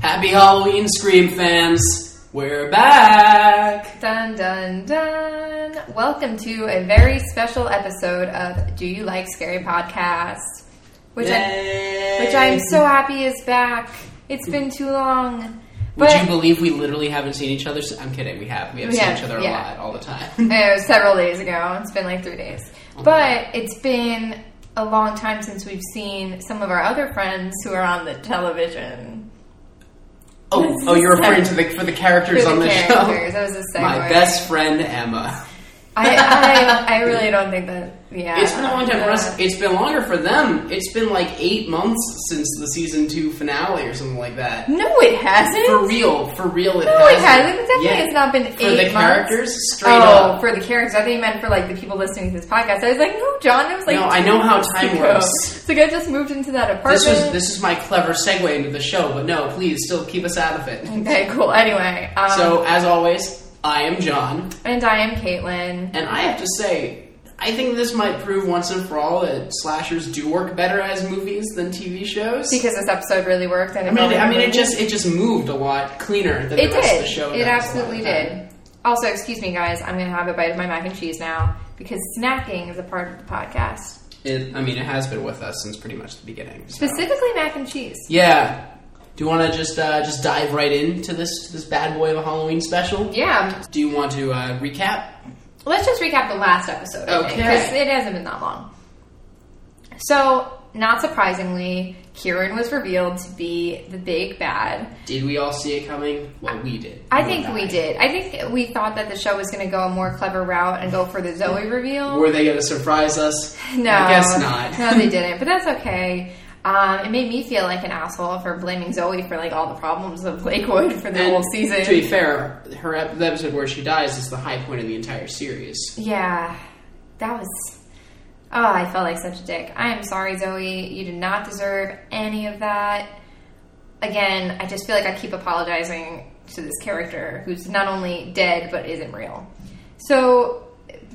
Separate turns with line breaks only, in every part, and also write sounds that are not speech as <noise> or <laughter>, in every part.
Happy Halloween, Scream fans! We're back!
Dun dun dun! Welcome to a very special episode of Do You Like Scary Podcast, which I,
Yay!
which I'm so happy is back. It's been too long,
Would
but
you believe we literally haven't seen each other? s- I'm kidding, we have. We have
We
seen
have,
each other
yeah.
a lot all the
<laughs>
time. Oh,
it was Eh, several days ago. It's been like three days, but it's been a long time since we've seen some of our other friends who are on the television.
oh, oh, you're referring to the for the characters
Who
on
the
the show.
characters? That was a
<laughs>
segue.
My best friend Emma.
I, I, I really don't think that. Yeah,
It's been a long time for
Uh,
us. It's been longer for them. It's been like eight months since the season two finale or something like that.
No, it hasn't.
For real, for real, it
No,
hasn't.
it hasn't. It definitely
Yeah.
has not been
For
eight
the
months.
characters, straight
oh,
up.
for the characters. I think you meant for like the people listening to this podcast. I was like, no, John. It was like,
No, I
two
know how
months
time
ago.
works.
So I just moved into that apartment.
This was this is my clever segue into the show, but no, please still keep us out of it.
okay, cool. Anyway, um,
So as always, I am John,
and I am Caitlin.
and I have to say, I think this might prove once and for all that slashers do work better as movies than TV shows.
Because this episode really worked, and
I mean, I mean, it
it
just it just moved a lot cleaner than
it
the rest of
did.
the show. does a
it
lot of
absolutely
the time.
did. Also, excuse me, guys. I'm gonna have a bite of my mac and cheese now because snacking is a part of the podcast,
It, I mean, it has been with us since pretty much the beginning. so.
specifically mac and cheese.
Yeah. Do you want to just uh, just dive right into this this bad boy of a Halloween special?
Yeah,
Do you want to uh, recap?
Let's just recap the last episode, okay?
Okay.
Because it hasn't been that long. So, not surprisingly, Kieran was revealed to be the big bad.
Did we all see it coming? Well, we did.
I
Or
think we
not.
did. I think we thought that the show was going to go a more clever route and go for the
<laughs>
Zoe reveal.
Were they going to surprise us?
No,
I guess not. <laughs>
no, they didn't. But that's okay. Um, it made me feel like an asshole for blaming Zoe for like all the problems of Lakewood for <laughs> the
And
whole season.
To be fair, her ep- the episode where she dies is the high point of the entire series.
Yeah, that was. Oh, I felt like such a dick. I am sorry, Zoe. You did not deserve any of that. Again, I just feel like I keep apologizing to this character who's not only dead but isn't real. So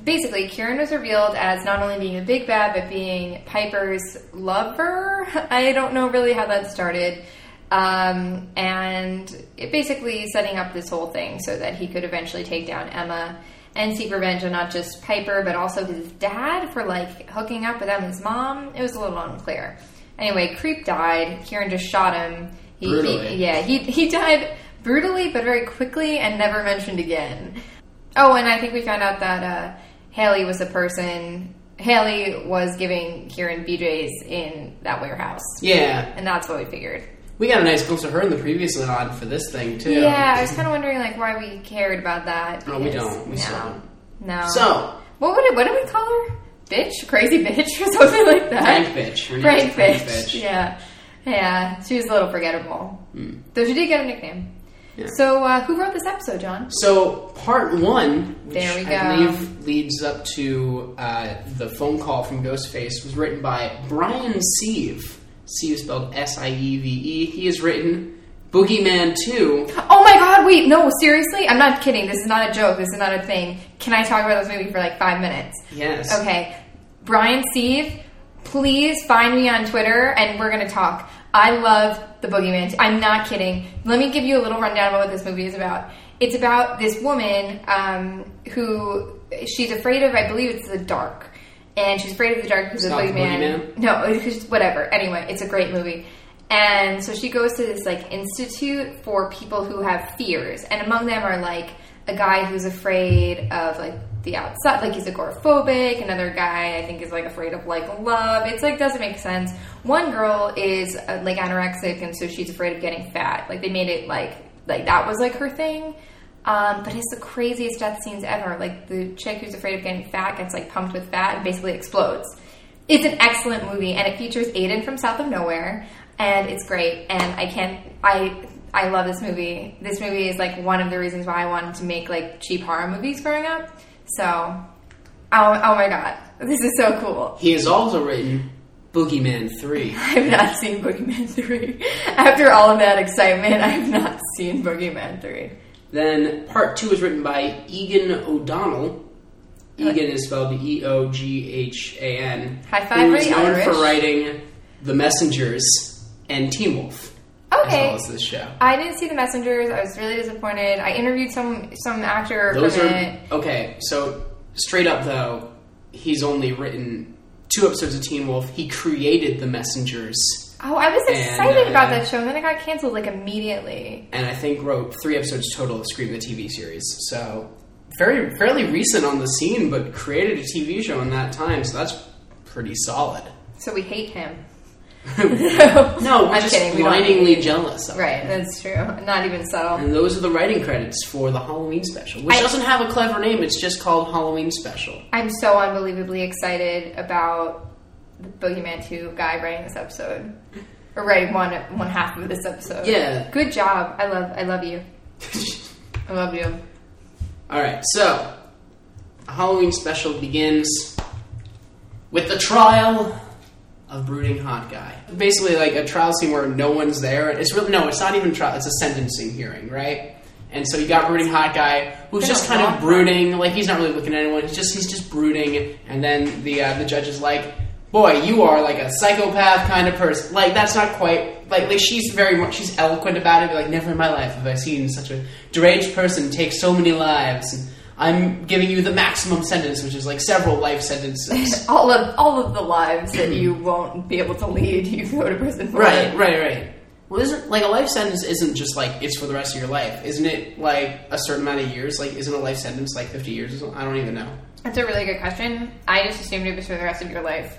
basically, Kieran was revealed as not only being a big bad but being Piper's lover. <laughs> I don't know really how that started. Um, and it basically setting up this whole thing so that he could eventually take down Emma and seek revenge on not just Piper but also his dad for like hooking up with Emma's mom. It was a little unclear. Anyway, Creep died. Kieran just shot him. He, he-
Brutally.
yeah, he he died brutally but very quickly and never mentioned again. Oh, and I think we found out that uh, Haley was the person. Haley was giving Kieran BJ's in that warehouse,
Yeah,
and that's what we figured.
we got a nice glimpse of her in the previous nod for this thing too.
Yeah, I was kind of wondering like why we cared about that.
No, we
because-
don't. We
no,
still don't.
no.
So,
what would it, what do we call her? Bitch, crazy bitch, <laughs> or something like
prank
that.
bitch. Her name's
Prank
Prank
bitch. Yeah, yeah. She was a little forgettable,
Hmm.
though she did get a nickname.
Yeah.
So, uh, who wrote this episode, John?
So, part one, which
There we
I
go.
believe leads up to uh, the phone call from Ghostface, was written by Brian Sieve. Sieve spelled S I E V E. He has written Boogeyman 2.
Oh my god, wait, no, seriously? I'm not kidding. This is not a joke. This is not a thing. Can I talk about this movie for like five minutes?
Yes.
Okay. Brian Steve, please find me on Twitter and we're going to talk. I love The Boogeyman. I'm not kidding. Let me give you a little rundown about what this movie is about. It's about this woman um, who she's afraid of, I believe it's the dark. And she's afraid of the dark because
It's
the
not The
boogeyman. No, <laughs> it's just whatever. Anyway, it's a great movie. And so she goes to this like institute for people who have fears, and among them are like a guy who's afraid of like the outside, like he's agoraphobic. Another guy I think is like afraid of like love. It's like doesn't make sense. One girl is uh, like anorexic, and so she's afraid of getting fat. Like they made it like like that was like her thing. Um, but it's the craziest death scenes ever. Like the chick who's afraid of getting fat gets like pumped with fat and basically explodes. It's an excellent movie, and it features Aiden from South of Nowhere, and it's great. And I can't, I, I love this movie. This movie is like one of the reasons why I wanted to make like cheap horror movies growing up. So, oh, oh my god, this is so cool. <laughs>
He has also written Boogeyman 3.
I have not seen Boogeyman three. After all of that excitement, <laughs> I have not seen Boogeyman three.
Then part two is written by Egan O'Donnell. Egan is spelled E O G H A N.
High five
who
for
is
the
known for
Irish.
writing The Messengers and Teen Wolf.
Okay.
as well as this show.
I didn't see the messengers. I was really disappointed. I interviewed some some actor
Those
from
are
it.
okay. So straight up though, he's only written two episodes of Teen Wolf. He created The Messengers,
Oh, I was
And,
excited about
uh,
that show, and then it got canceled like immediately.
and I think wrote three episodes total of Scream the TV series. So very fairly recent on the scene, but created a TV show in that time. So that's pretty
<laughs>
solid.
So we hate <laughs> him.
No, we're
I'm
just
kidding. We don't
blindingly jealous. Of it.
Right, that's true. Not even subtle.
And those are the writing credits for the Halloween special, which
I-
doesn't have a clever name. It's just called Halloween Special.
I'm so unbelievably excited about the Boogeyman 2 guy writing this episode. Or writing one one half of this episode.
Yeah.
Good job. I love I love you.
<laughs>
I love <laughs> you.
All right, so Halloween special begins with the trial of brooding hot guy. Basically, like a trial scene where no one's there. It's really no, it's not even trial. It's a sentencing hearing, right? And so you got brooding hot guy who's
They
just
don't
kind of
want
brooding, like he's not really looking at anyone. He's just he's just brooding, and then the uh, the judge is like, "Boy, you are like a psychopath kind of person." Like that's not quite like like she's very much she's eloquent about it. But like never in my life have I seen such a deranged person take so many lives. And I'm giving you the maximum sentence, which is like several life sentences.
<laughs> All of all of the lives that you won't be able to lead, you go to prison for.
Right, right, right. Well, isn't like a life sentence isn't just like it's for the rest of your life, isn't it? Like a certain amount of years. Like, isn't a life sentence like fifty years? Or something? I don't even know.
That's a really good question. I just assumed it was for the rest of your life.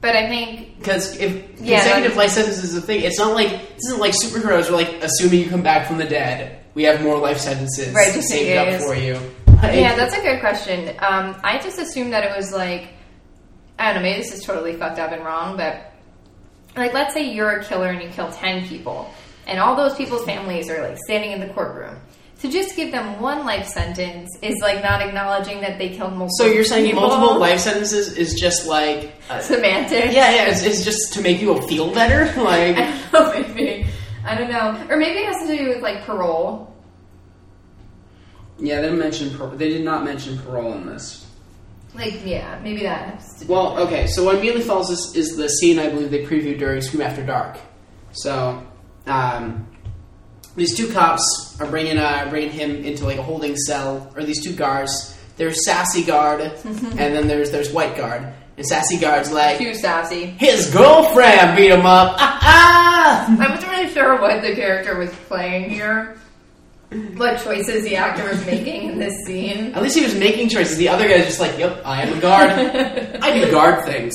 But I think
Because if
Yeah,
consecutive
like-
life sentences is a thing, it's not like this isn't like superheroes. We're like assuming you come back from the dead, we have more life sentences
Right, just in
saved up
case.
for you.
Yeah, that's a good question. Um, I just assumed that it was like, I don't know, maybe this is totally fucked up and wrong, but like, let's say you're a killer and you kill 10 people, and all those people's families are like standing in the courtroom. To just give them one life sentence is like not acknowledging that they killed multiple
so you're saying
people.
multiple life sentences is just like uh,
<laughs> Semantics.
yeah, yeah, it's, it's just to make you feel better. <laughs> Like
<laughs> I don't know, maybe. I don't know. Or maybe it has to do with like parole.
yeah, they didn't mention par- they did not mention parole in this.
Like, yeah, maybe that has to
Well, okay, so what immediately follows this is the scene I believe they previewed during Scream After Dark. So, um, these two cops are bringing uh, bringing him into like a holding cell, or these two guards. There's sassy guard, and then there's there's white guard. And sassy guard's like,
Too sassy.
his girlfriend beat him up. <laughs> Ah, ah!
I wasn't really sure what the character was playing here, what choices the actor was making in this scene.
At least he was making choices. The other guy's just like, yep, I am a guard.
<laughs>
I do guard things.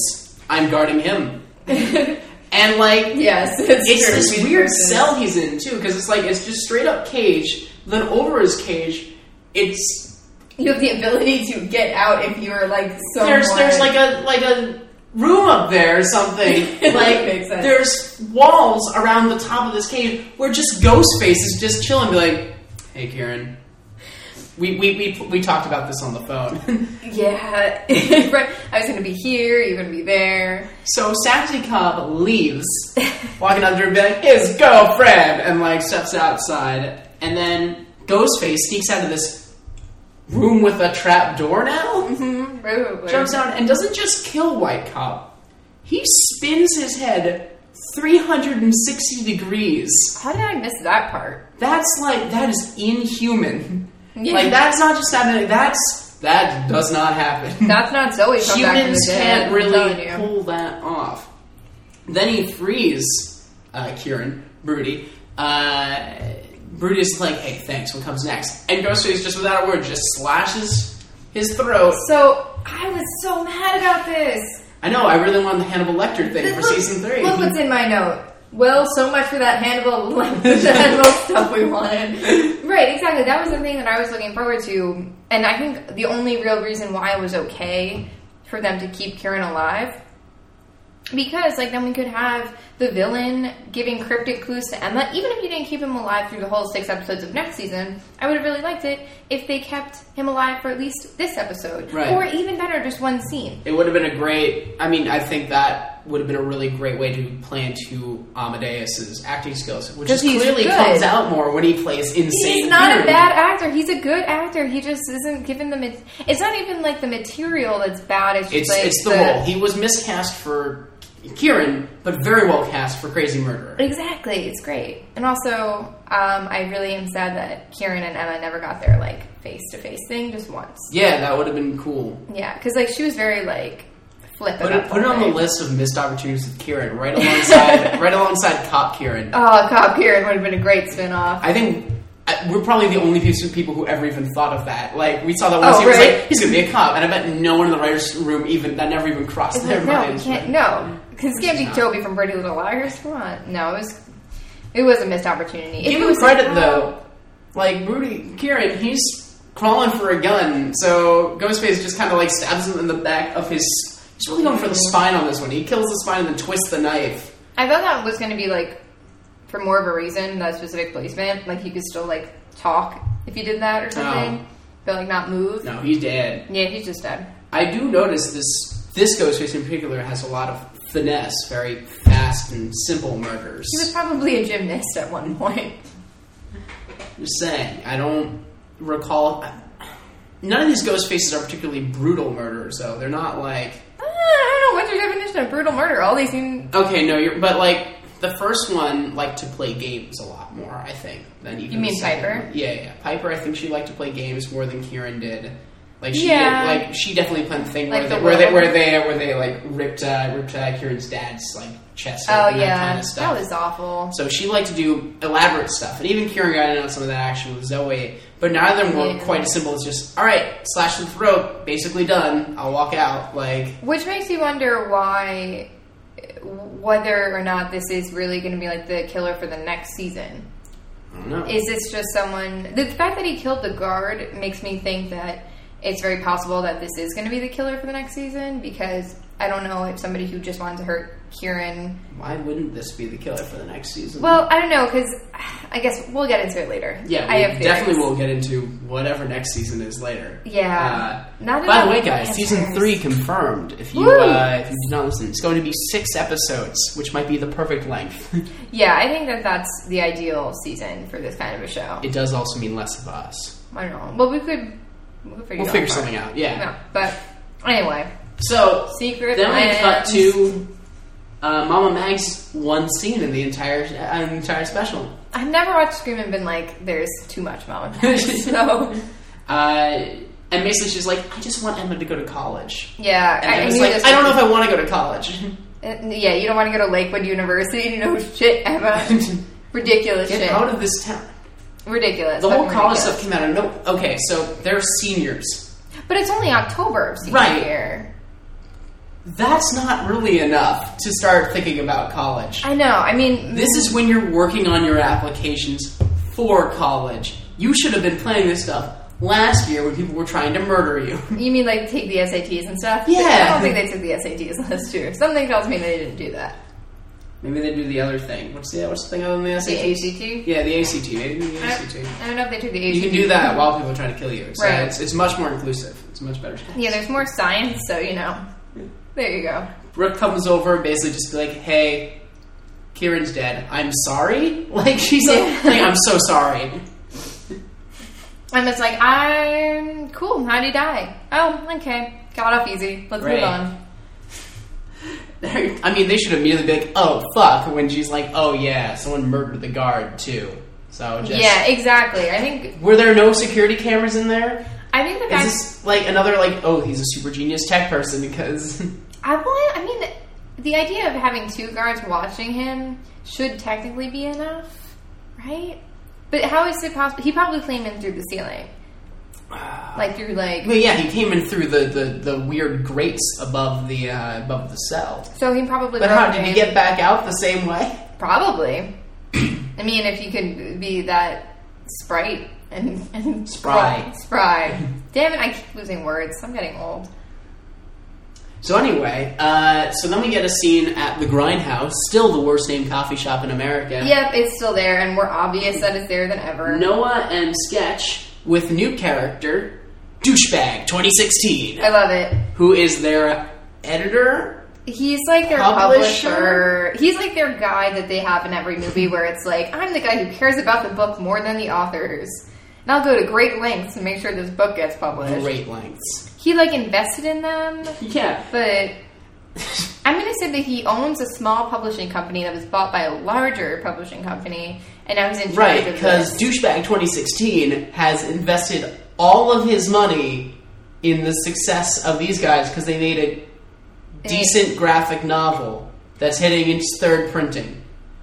I'm guarding him. And like,
Yes, it's,
it's
true.
this
He's
weird
person.
cell he's in too because it's like it's just straight up cage then over his cage it's
You have the ability to get out if you're like so.
there's there's like a like a room up there or something
That
like
makes sense.
there's walls around the top of this cage where just Ghostface is just chilling be like hey Karen we we, we, we talked about this on the phone <laughs>
yeah. <laughs> right. I was gonna be here. You're gonna be there.
so Sassy Cobb leaves walking under and be like his girlfriend and like steps outside and then Ghostface sneaks out of this room with a trap door now
Mm-hmm. Probably.
jumps down and doesn't just kill White Cop. He spins his head 360 degrees.
How did I miss that part?
That's like that is inhuman.
Yeah.
Like that's not just happening. That's that does not happen.
That's not Zoe. Come back from
Humans
the dead,
can't
I'm
really
telling you.
pull that off. Then he frees uh, Kieran Broody. Uh, Broody is like, "Hey, thanks. What comes next?" And Ghostface just without a word just slashes his throat.
So I was so mad about this.
I know. I really wanted the Hannibal Lecter thing
Look-
for season three.
Look what's in my note. Well, so much for that
<laughs>
Hannibal, <laughs> like the Hannibal stuff we wanted. Right, exactly. That was the thing that I was looking forward to, and I think the only real reason why it was okay for them to keep Karen alive because, like, then we could have the villain giving cryptic clues to Emma. Even if you didn't keep him alive through the whole six episodes of next season, I would have really liked it if they kept him alive for at least this episode,
Right.
or even better, just one scene.
It would have been a great. I mean, I think that would have been a really great way to play into Amadeus's acting skills, which is
'Cause he's
clearly
good.
comes out more when he plays insane.
He's not
Fury.
a bad actor. He's a good actor. He just isn't given the. Ma- it's not even like the material that's bad. It's just
It's
like
it's the, role. He was miscast for Kieran, but very well cast for Crazy Murderer.
Exactly, it's great. And also, um, I really am sad that Kieran and Emma never got their like face to face thing just once.
Yeah, that would have been cool.
Yeah, because like she was very like flippant.
Put it, put it on the list of missed opportunities with Kieran,
<laughs>
right alongside right alongside Cop Kieran.
Oh, Cop Kieran would have been a great spin off.
I think I- we're probably the only piece of people who ever even thought of that. Like we saw that once,
Oh,
he was
right.
like, "He's gonna be a cop," and I bet no one in the writers' room even that never even crossed
It's
their
like, no, we
minds.
can't. No, because it can't be
not.
Toby from Pretty Little Liars. Come on, no, it was it was a missed opportunity. If
Give
it
him
was
credit
like, oh,
though. Like Rudy Kieran, he's crawling for a gun, so Ghostface just kind of like stabs him in the back of his. He's really going for the spine on this one. He kills the spine and then twists the knife.
I thought that was going to be like for more of a reason that specific placement, like you could still like talk if you did that or something, but like not move.
Oh. No, he's dead.
Yeah, he's just dead.
I do notice this this Ghostface in particular has a lot of finesse, very fast and simple murders.
He was probably a gymnast at one point. <laughs>
Just saying, I don't recall. None of these ghost faces are particularly brutal murders, though. They're not like
Ah, I don't know what's your definition of brutal murder. All these seem
okay, no, you're. But like the first one liked to play games a lot more, I think, than even.
You mean
the second
Piper?
one. Yeah, yeah. Piper, I think she liked to play games more than Kieran did. Like she,
Yeah.
did, like she definitely played the thing where,
Like the
they, where they
world.
where they where they like ripped uh, ripped uh, Kieran's dad's like chest.
oh
open, that
yeah,
kind of
that,
stuff.
was awful.
So she liked to do elaborate stuff, and even Kieran got in on some of that action with Zoe. But neither of them were
Yeah.
quite as simple as just all right, slash the throat, basically done. I'll walk out. Like
Which makes you wonder why, whether or not this is really going to be like the killer for the next season.
I don't know.
Is this just someone? The fact that he killed the guard makes me think that it's very possible that this is going to be the killer for the next season because I don't know if somebody who just wanted to hurt Kieran.
Why wouldn't this be the killer for the next season?
Well, I don't know because I guess we'll get into it later.
yeah,
I
we
have
definitely
theories.
will get into whatever next season is later.
Yeah.
Uh,
Not
by the
enough
way, guys,
podcast
season
players.
three confirmed. If you
Woo!
uh, if you did not listen, it's going to be six episodes, which might be the perfect length. <laughs>
Yeah, I think that that's the ideal season for this kind of a show.
it does also mean less of us.
I don't know. Well, we could we could figure,
We'll
it
figure
out.
something out. Yeah.
No, but anyway,
So
secret.
Then we cut
plans.
to uh, Mama Mag's one scene in the entire uh, entire special.
I've never watched Scream and been like, "There's too much
<laughs>
mom." <laughs> so
Uh, and basically, she's like, "I just want Emma to go to college."
yeah,
And I, was
knew
like,
this
"I don't know
was-
if I want to go to
<laughs>
college."
Uh, Yeah, you don't want to go to Lakewood University. You know, shit,
<laughs>
Emma. Ridiculous
Get
shit.
out of this town.
ridiculous.
The whole
fucking
college
ridiculous.
stuff came out of no. Okay, so they're seniors.
But it's only October of senior
Right.
year.
That's not really enough to start thinking about college.
I know. I mean,
This is when you're working on your applications for college. You should have been planning this stuff last year when people were trying to murder you. <laughs>
You mean like take the SATs and stuff?
Yeah.
I don't think they took the SATs <laughs> last year. Something tells me they didn't do that.
Maybe they do the other thing. What's the what's the thing other than the
The
SAT?
ACT?
Yeah, the ACT. Maybe the
I,
ACT.
I don't know if they took the ACT.
You can do that while people are trying to kill you. So
Right.
it's, it's much more inclusive. It's much better.
Yeah, there's more science, so you know. There you go.
Brooke comes over and basically just be like, "Hey, Kieran's dead. I'm sorry." <laughs> Like she's like,
Yeah.
like, "I'm so sorry." <laughs>
And it's like, I'm cool. How'd he die? Oh, okay. Got off easy. Let's
Right.
move on.
I mean, they should immediately be like, "Oh fuck," when she's like, "Oh yeah, someone murdered the guard too." So just
Yeah, exactly. I think
Were there no security cameras in there?
I think the
Is
fact
this like another like, "Oh, he's a super genius tech person <laughs> because."
I want. I mean, the idea of having two guards watching him should technically be enough, right? But how is it possible? He probably came in through the ceiling, like through like.
Well, yeah, he came in through the, the, the weird grates above the uh, above the cell.
So he probably.
But
broke
how did he
in.
get back out the same way? <clears throat>
Probably. I mean, if you could be that sprite and, and <laughs>
Spry.
spry. Damn it! I keep losing words. I'm getting old.
So anyway, uh, so then we get a scene at the Grindhouse, still the worst named coffee shop in America.
Yep, it's still there, and more obvious that it's there than ever.
Noah and Sketch with new character douchebag 2016,
I love it.
who is their editor.
He's like their
Publisher?
publisher. He's like their guy that they have in every movie where it's like, I'm the guy who cares about the book more than the authors. And I'll go to great lengths to make sure this book gets published.
Great lengths. <laughs>
He like invested in them,
Yeah,
but I I'm going to say that he owns a small publishing company that was bought by a larger publishing company, and now he's in charge
Right,
of
because
this.
douchebag 2016 has invested all of his money in the success of these guys because they made a
They-
decent graphic novel that's hitting its third printing.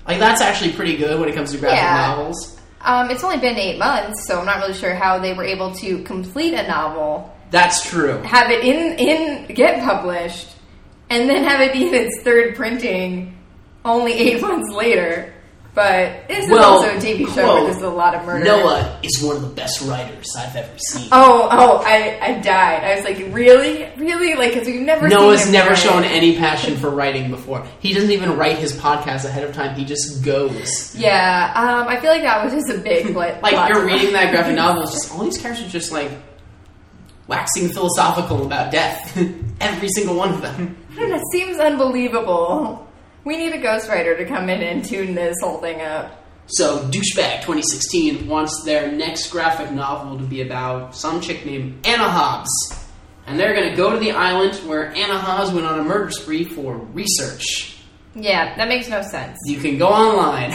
Like that's actually pretty good when it comes to graphic
Yeah.
novels.
Um, it's only been eight months, so I'm not really sure how they were able to complete a novel,
That's true.
have it in in get published, and then have it be in its third printing only eight <laughs> months later. But this
Well,
is also a TV show where
quote,
there's a lot of murder.
Noah is one of the best writers I've ever seen.
Oh, oh, I, I died. I was like, really? Really? Like, because we've never
Noah's
seen him
never
write.
shown any passion for writing before. He doesn't even write his podcast ahead of time. He just goes.
Yeah, um, I feel like that was just a big like.
<laughs> Like
plot
you're
point.
reading that graphic
<laughs>
novel, it's just all these characters just like waxing philosophical about death. <laughs> Every single one of them.
I don't know, it seems unbelievable. We need a ghostwriter to come in and tune this whole thing up.
So douchebag 2016 wants their next graphic novel to be about some chick named Anna Hobbs, and they're going to go to the island where Anna Hobbs went on a murder spree for research.
Yeah, that makes no sense.
You can go <laughs> online.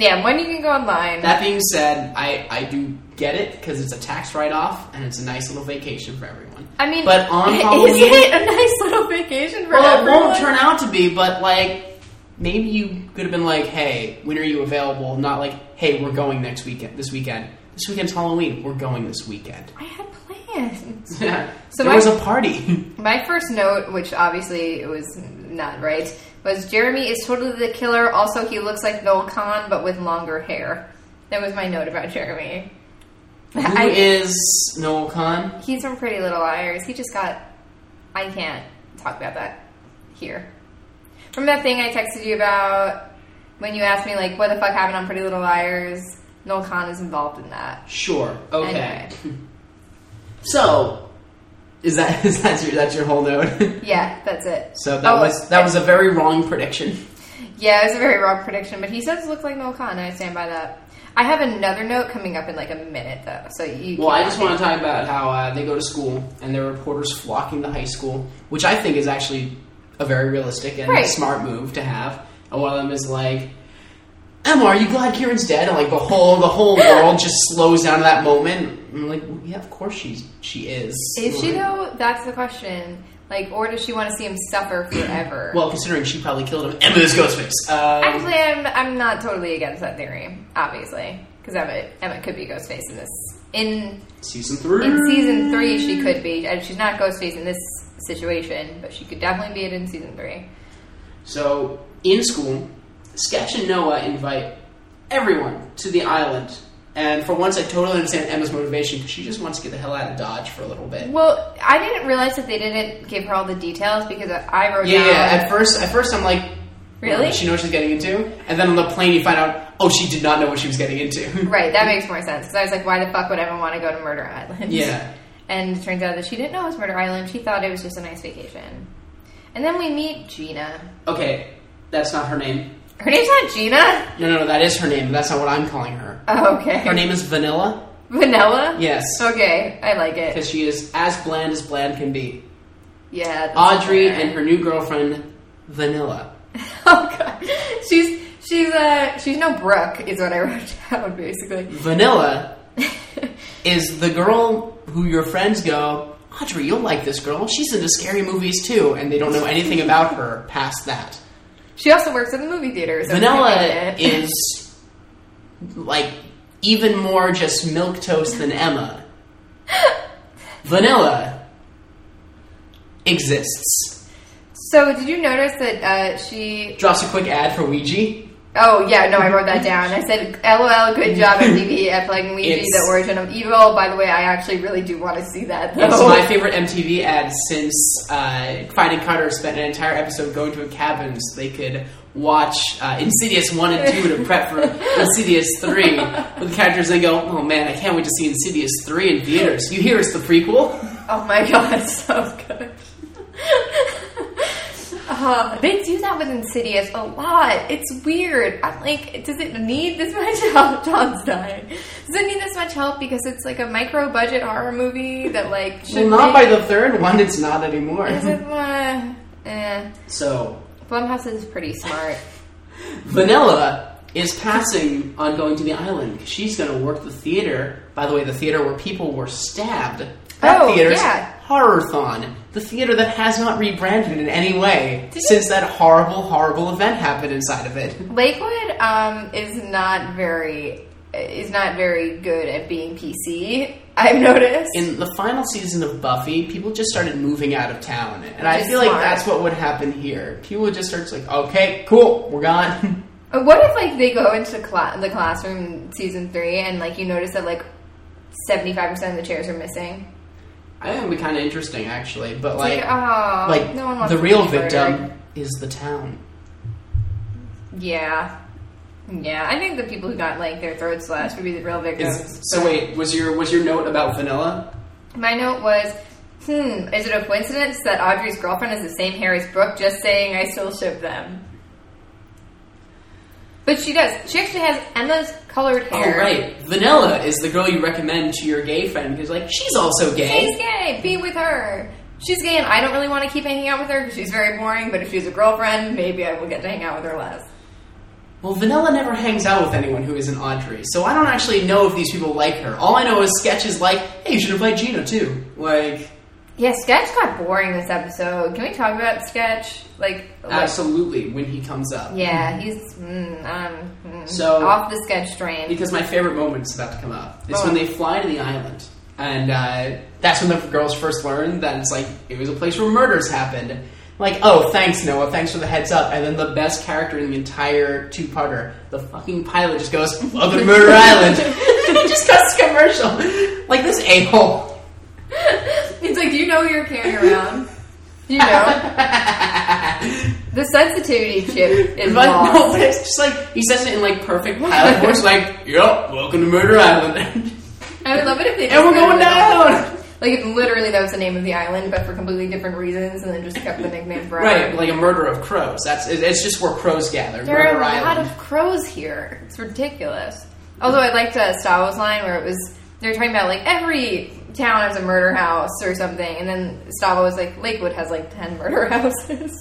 Yeah, when you can go online.
That being said, I, I do get it because it's a tax write off and it's a nice little vacation for everyone.
I mean,
but <laughs> on
is
Halloween-
it a nice little vacation for
Well, it
everyone?
won't turn out to be, but like maybe you could have been like, "Hey, when are you available?" Not like, "Hey, we're going next weekend. This weekend. This weekend's Halloween. We're going this <laughs> weekend."
I had plans.
there
So my-
was a
<laughs>
party.
My first note, which obviously it was not right, was Jeremy is totally the killer. Also, he looks like Noel Khan, but with longer hair. That was my note about Jeremy.
Who is
I-
Noel Khan?
He's from Pretty Little Liars. He just got. I can't talk about that here. From that thing I texted you about when you asked me, like, what the fuck happened on Pretty Little Liars? Noel Khan is involved in that.
Sure. Okay.
Anyway.
So is that <laughs> is that your that's your whole note? <laughs>
Yeah, that's it.
so that
Oh,
was that was a very wrong prediction.
Yeah, it was a very wrong prediction, but he does look like Noel Khan, and I stand by that. I have another note coming up in like a minute, though, so you.
Well,
can-
I just want to talk about how uh, they go to school and there are reporters flocking to high school, which I think is actually a very realistic and
Right.
smart move to have. And one of them is like, Emma, are you glad Kieran's dead? And like the whole the
<gasps>
whole world just slows down to that moment. And I'm like, well, yeah, of course she's she is.
Is she
Like,
though? That's the question. Like, or does she want to see him suffer forever?
<clears throat> Well, considering she probably killed him. Emma is Ghostface. Um,
actually, I'm I'm not totally against that theory, obviously, because Emma Emma could be Ghostface in this in
season three.
in season three. She could be, and she's not Ghostface in this situation, but she could definitely be it in season three.
So, in school, Sketch and Noah invite everyone to the island. And for once, I totally understand Emma's motivation because she just wants to get the hell out of Dodge for a little bit.
Well, I didn't realize that they didn't give her all the details because I wrote
Yeah,
down.
yeah. At first, at first, I'm like,
Really?
"Oh, She knows what she's getting into. And then on the plane, you find out, oh, she did not know what she was getting into. <laughs>
Right, that makes more sense. Because I was like, why the fuck would Emma want to go to Murder Island?
yeah.
<laughs> And it turns out that she didn't know it was Murder Island. She thought it was just a nice vacation. And then we meet Gina.
Okay, that's not her name.
Her name's not Gina?
No, no, no, that is her name. But that's not what I'm calling her.
Oh, okay.
Her name is Vanilla.
Vanilla?
Yes,
Okay, I like it.
because she is as bland as bland can be.
Yeah. that's
Audrey
fair.
and her new girlfriend, Vanilla.
<laughs> Oh, God. She's. She's uh she's no Brooke is what I wrote <laughs> down basically.
Vanilla is the girl who your friends go, Audrey, you'll like this girl. She's into scary movies too, and they don't know anything about her past that.
she also works at the movie theater. So
Vanilla
it's kinda-
is like even more just milk toast than Emma. Vanilla exists.
<laughs> So did you notice that uh, she?
Drops a quick ad for Ouija.
Oh yeah, no, I
<laughs>
wrote that down. I said, "LOL, good job MTV at playing Ouija,
It's-
the origin of evil." By the way, I actually really do want to see that. Though.
It's my favorite MTV ad since uh, Finding Carter spent an entire episode going to a cabin so they could watch uh, Insidious 1 and 2 to prep for Insidious 3. With the characters, they go, oh man, I can't wait to see Insidious 3 in theaters. You hear it's the prequel?
<laughs> Oh my god, it's so good. <laughs> Uh, they do that with Insidious a lot. It's weird. I'm like, does it need this much <laughs> help? John's dying. Does it need this much help because it's like a micro budget horror movie that like
Well,
should
not by
make-
the third one, it's not
Is
anymore.
it, uh, eh.
so,
Blumhouse is pretty smart.
Vanilla is passing on going to the island. She's going to work the theater. By the way, the theater where people were stabbed. That
Oh,
theater's
yeah.
Horrorthon, the theater that has not rebranded in any way since that horrible, horrible event happened inside of it.
Lakewood um, is not very is not very good at being PC. I've noticed.
In the final season of Buffy, people just started moving out of town, and I
Which is
feel like
smart.
that's what would happen here. People would just start like, "Okay, cool, we're gone." <laughs>
Uh, What if like they go into cla- the classroom season three and like you notice that like seventy five percent of the chairs are missing?
I think it would be kind of interesting, actually. But
It's
like,
like, oh,
like
no one wants
the
to
real
be murdered.
victim is the town.
Yeah, yeah. I think the people who got like their throats slashed would be the real victims.
Is, so wait, was your was your note about vanilla?
My note was, hmm, is it a coincidence that Audrey's girlfriend is the same hair as Brooke? Just saying, I still ship them. But she does. She actually has Emma's colored
Oh
hair.
right, vanilla is the girl you recommend to your gay friend because like she's also
She's
gay.
gay. Be with her. She's gay, and I don't really want to keep hanging out with her because she's very boring. But if she's a girlfriend, maybe I will get to hang out with her less.
Well, vanilla never hangs out with anyone who isn't Audrey, so I don't actually know if these people like her. All I know is sketches like, "Hey, you should invite Gina too." Like,
Yeah, Sketch got boring this episode. Can we talk about Sketch? Like, like
absolutely when he comes up.
yeah, he's mm, um, mm,
So-
off the Sketch train.
Because my favorite moment's about to come up. It's
Oh.
when they fly to the island. And uh, that's when the girls first learn that it's like it was a place where murders happened. Like, oh, thanks, Noah. Thanks for the heads up. And then the best character in the entire two parter, the fucking pilot, just goes, Welcome to
<laughs>
Murder Island. <laughs> It just cuts to commercial. Like this a hole.
<laughs> It's like, do you know who you're carrying around? You know. the sensitivity chip is
<laughs> But no,
lost.
but it's just like he says it in like perfect pilot voice, like, Yup, welcome to Murder Island. <laughs>
I would love it if they.
and we're going
literally-
down.
Like if literally that was the name of the island, but for completely different reasons, and then just kept the nickname forever.
Right, like a murder of crows. That's it- it's just where crows gather.
There are
murder
a lot
island.
of crows here. It's ridiculous. Although I liked uh, Star Wars line where it was they were talking about like every town has a murder house or something, and then Stavo was like Lakewood has like ten <laughs> murder houses.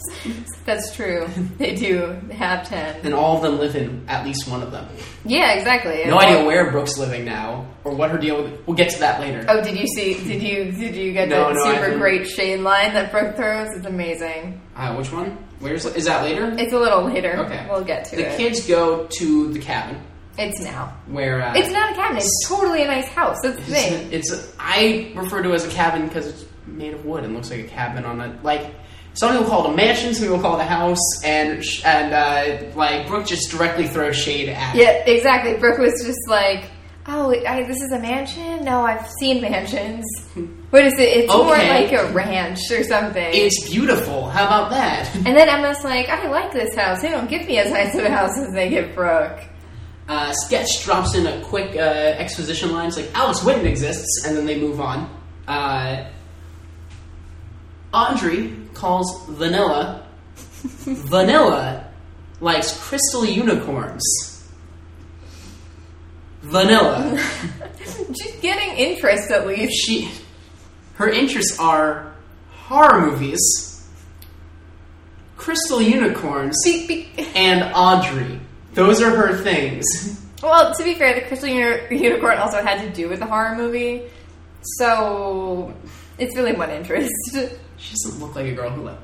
That's true. They do have ten.
and all of them live in at least one of them.
Yeah, exactly.
No idea where Brooke's living now or what her deal. With, we'll get to that later.
Oh, did you see? Did you did you get
No,
the
no, I
super
didn't.
great shade line that Brooke throws? It's amazing.
Uh, which one? Where's is that later?
It's a little later.
Okay.
we'll get to
the
it.
kids go to the cabin
it's now.
where uh,
It's not a cabin. It's totally a nice house. That's the
it's,
thing.
it's- I refer to it as a cabin because it's made of wood and looks like a cabin on a like. Some people call it a mansion, some people call it a house, and sh- and uh, like Brooke just directly throws shade at. it.
Yeah, exactly. Brooke was just like, "Oh, I, this is a mansion. No, I've seen
<laughs>
mansions. What is it? It's more
Okay.
like a ranch or something."
It's beautiful. How about that? <laughs>
and then Emma's like, "I like this house. They don't give me as nice of a house as they give Brooke." <laughs>
Uh, Sketch drops in a quick uh, exposition line. It's like Alice Witten exists, and then they move on. Uh, Audrey calls Vanilla. Vanilla likes crystal unicorns. Vanilla.
She's getting interest at least.
she, her interests are horror movies, crystal unicorns,
Be- be- <laughs>
and Audrey. Those are her things. <laughs>
Well, to be fair, the Crystal Uni- Unicorn also had to do with the horror movie, so it's really one interest. <laughs>
She doesn't look like a girl who likes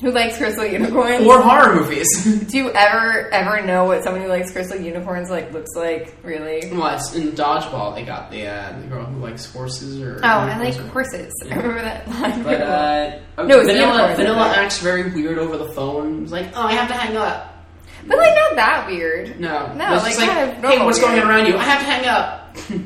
Who likes Crystal Unicorns?
Or horror movies. <laughs>
do you ever ever know what someone who likes Crystal Unicorns like looks like? Really?
well, it's in Dodgeball they got the, uh, the girl who likes horses or.
Oh, I like horses. I remember that <laughs> line.
But, uh,
No, it's
Vanilla,
unicorns,
Vanilla
isn't it?
acts very weird over the phone. It's like, oh, I have to hang up.
but like not that weird.
No.
No,
It's just
like, kind
like,
of
hey,
normal
what's
weird.
going on around you? I have to hang up.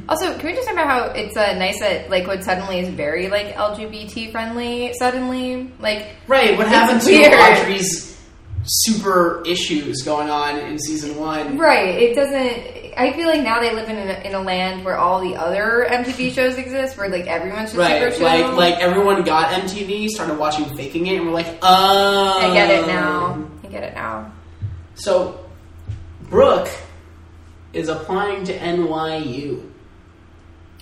Also, can we just talk about how it's uh, nice that Lakewood suddenly is very like LGBT friendly suddenly? Like
Right, what happened to
weird.
Audrey's super issues going on in season one?
Right. It doesn't. I feel like now they live in a, in a land where all the other MTV shows exist, where like everyone's just
Right,
super
like
chill.
like everyone got MTV, started watching Faking It, and we're like, oh,
I get it now. I get it now.
So, Brooke is applying to NYU.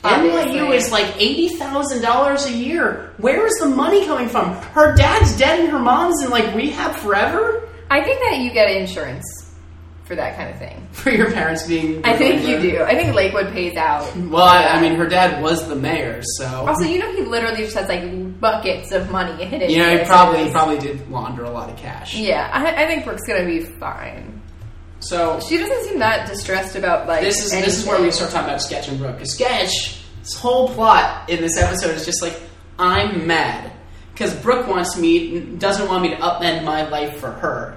NYU
Obviously.
is like $80,000 a year. Where is the money coming from? Her dad's dead and her mom's in like rehab forever? <laughs>
I think that you get insurance for that kind of thing.
for your parents being.
I think you do. I think Lakewood pays out.
Well, I, I mean, her dad was the mayor, so
Also, you know he literally just has like buckets of money hidden.
you know
in
he
his
probably he
house.
probably did launder a lot of cash.
Yeah, I, I think Brooke's gonna be fine.
So
She doesn't seem that distressed about like.
this is this is where we
anything.
start talking about Sketch and Brooke. 'Cause Sketch, this whole plot in this episode is just like I'm mad because Brooke wants me doesn't want me to upend my life for her,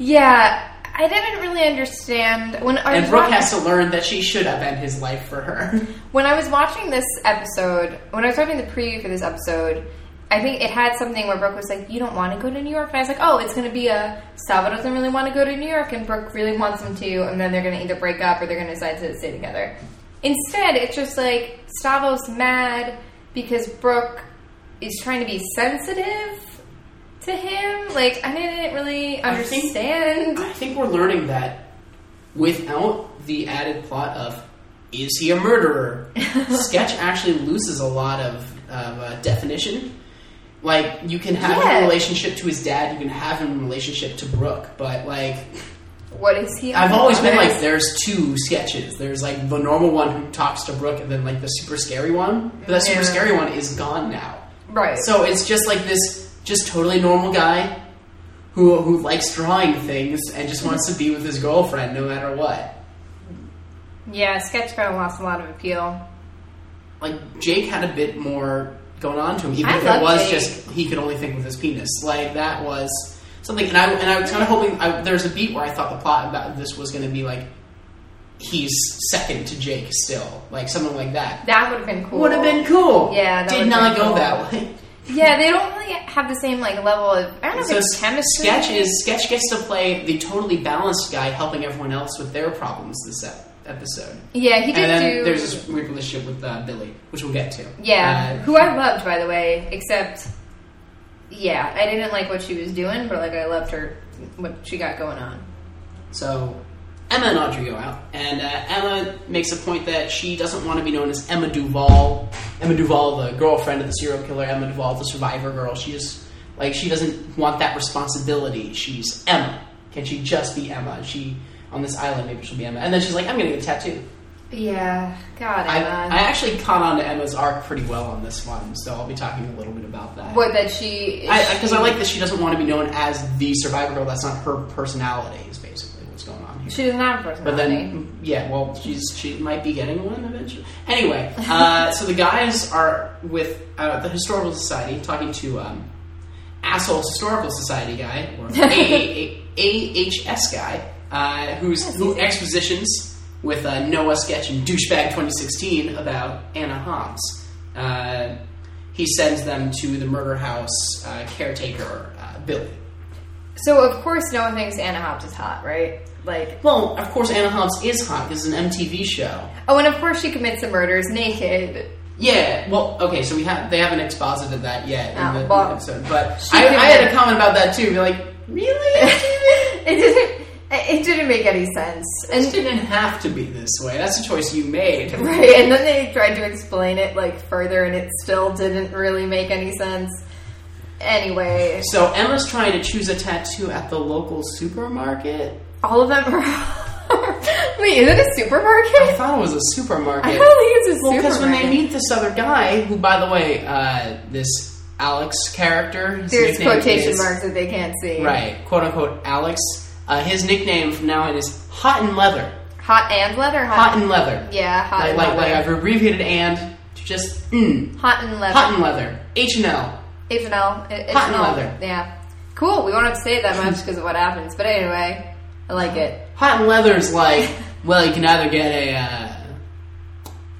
Yeah, I didn't really understand when I
and
was
Brooke
watching-
has to learn that she should upend his life for her.
When I was watching this episode, when I was watching the preview for this episode, I think it had something where Brooke was like, "You don't want to go to New York," and I was like, "Oh, it's going to be a Salva doesn't really want to go to New York, and Brooke really wants him to, and then they're going to either break up or they're going to decide to stay together." Instead, it's just like Stavos mad because Brooke is trying to be sensitive to him. Like I didn't really
I think-
understand.
I think we're learning that without the added plot of is he a murderer, Sketch actually loses a lot of, of uh, definition. Like you can have him in
Yeah.
relationship to his dad, you can have him in relationship to Brooke, but like
what is he?
I've always been like
honest?
there's two sketches. There's like the normal one who talks to Brooke, and then like the super scary one. But that super
Yeah.
scary one is gone now.
right.
So it's just like this just totally normal guy who who likes drawing things and just wants to be with his girlfriend no matter what.
yeah, Sketchbound lost a lot of appeal.
Like Jake had a bit more going on to him, even
I
if
love
it was
Jake.
just he could only think with his penis. Like that was something, and I and I was kind of hoping I, there was a beat where I thought the plot about this was going to be like he's second to Jake still, like something like that.
That would have been cool.
Would have been cool.
Yeah, that
did
would've
not
been
go
cool.
that way.
Yeah, they don't really have the same like level of. I don't know
So
if it's chemistry.
Sketch is Sketch gets to play the totally balanced guy helping everyone else with their problems this ep- episode.
Yeah, he did
And then
do.
there's this weird relationship with uh, Billy, which we'll get to.
yeah,
Uh,
who I loved by the way, except yeah, I didn't like what she was doing, but like I loved her what she got going on.
so Emma and Audrey go out, and uh, Emma makes a point that she doesn't want to be known as Emma Duval. Emma Duval, the girlfriend of the serial killer, Emma Duval, the survivor girl. She just like she doesn't want that responsibility. She's Emma. Can she just be Emma? She on this island, maybe she'll be Emma. And then she's like, I'm gonna get a tattoo.
Yeah, God,
I,
Emma.
I actually caught on to Emma's arc pretty well on this one, so I'll be talking a little bit about that.
what that she?
Because I,
she-
like that she doesn't want to be known as the survivor girl. That's not her personality. Is basically what's going on here.
She doesn't have a
But
personality.
then, yeah, well, she's she might be getting one eventually. Anyway, uh, so the guys are with uh, the historical society talking to um, asshole historical society guy <laughs> or A- A- AHS guy uh, who's who expositions with uh, Noah Sketch and douchebag 2016 about Anna Hobbs. Uh, he sends them to the murder house uh, caretaker uh, Billy.
so of course, no one thinks Anna Hobbs is hot, right? Like,
Well, of course, Anna Hobbs is hot. This is an MTV show.
oh, and of course she commits the murders naked. <laughs>
Yeah, well, okay, so we have they haven't exposited that yet in
Oh,
the
well,
episode, but
she
I,
could-
I had a comment about that too. Be like, really?
it didn't. It didn't make any sense.
This
<laughs> And
didn't have to be this way. That's a choice you made.
<laughs> right, and then they tried to explain it like further, and it still didn't really make any sense. Anyway,
So Emma's trying to choose a tattoo at the local supermarket.
all of them <laughs> are. Wait, is it a
I
supermarket?
thought it was a supermarket.
I don't think it's a
well, because when
supermarket.
they meet this other guy, who, by the way, uh, this Alex character, his
There's
nickname
quotation
is-
marks that they can't see.
right, quote unquote, Alex. Uh, his nickname from now on is Hot and Leather.
Hot and leather. Hot.
Hot and Leather.
yeah, hot
like,
and
like, like
leather.
I've abbreviated and to just mm.
hot and leather.
Hot and leather. H and L.
H and L. H
Hot and
and L.
leather.
Yeah. Cool. We won't have to say it that
<laughs>
much because of what happens. But anyway, I like it.
Hot and leather is
<laughs>
like well, you can either get a, uh,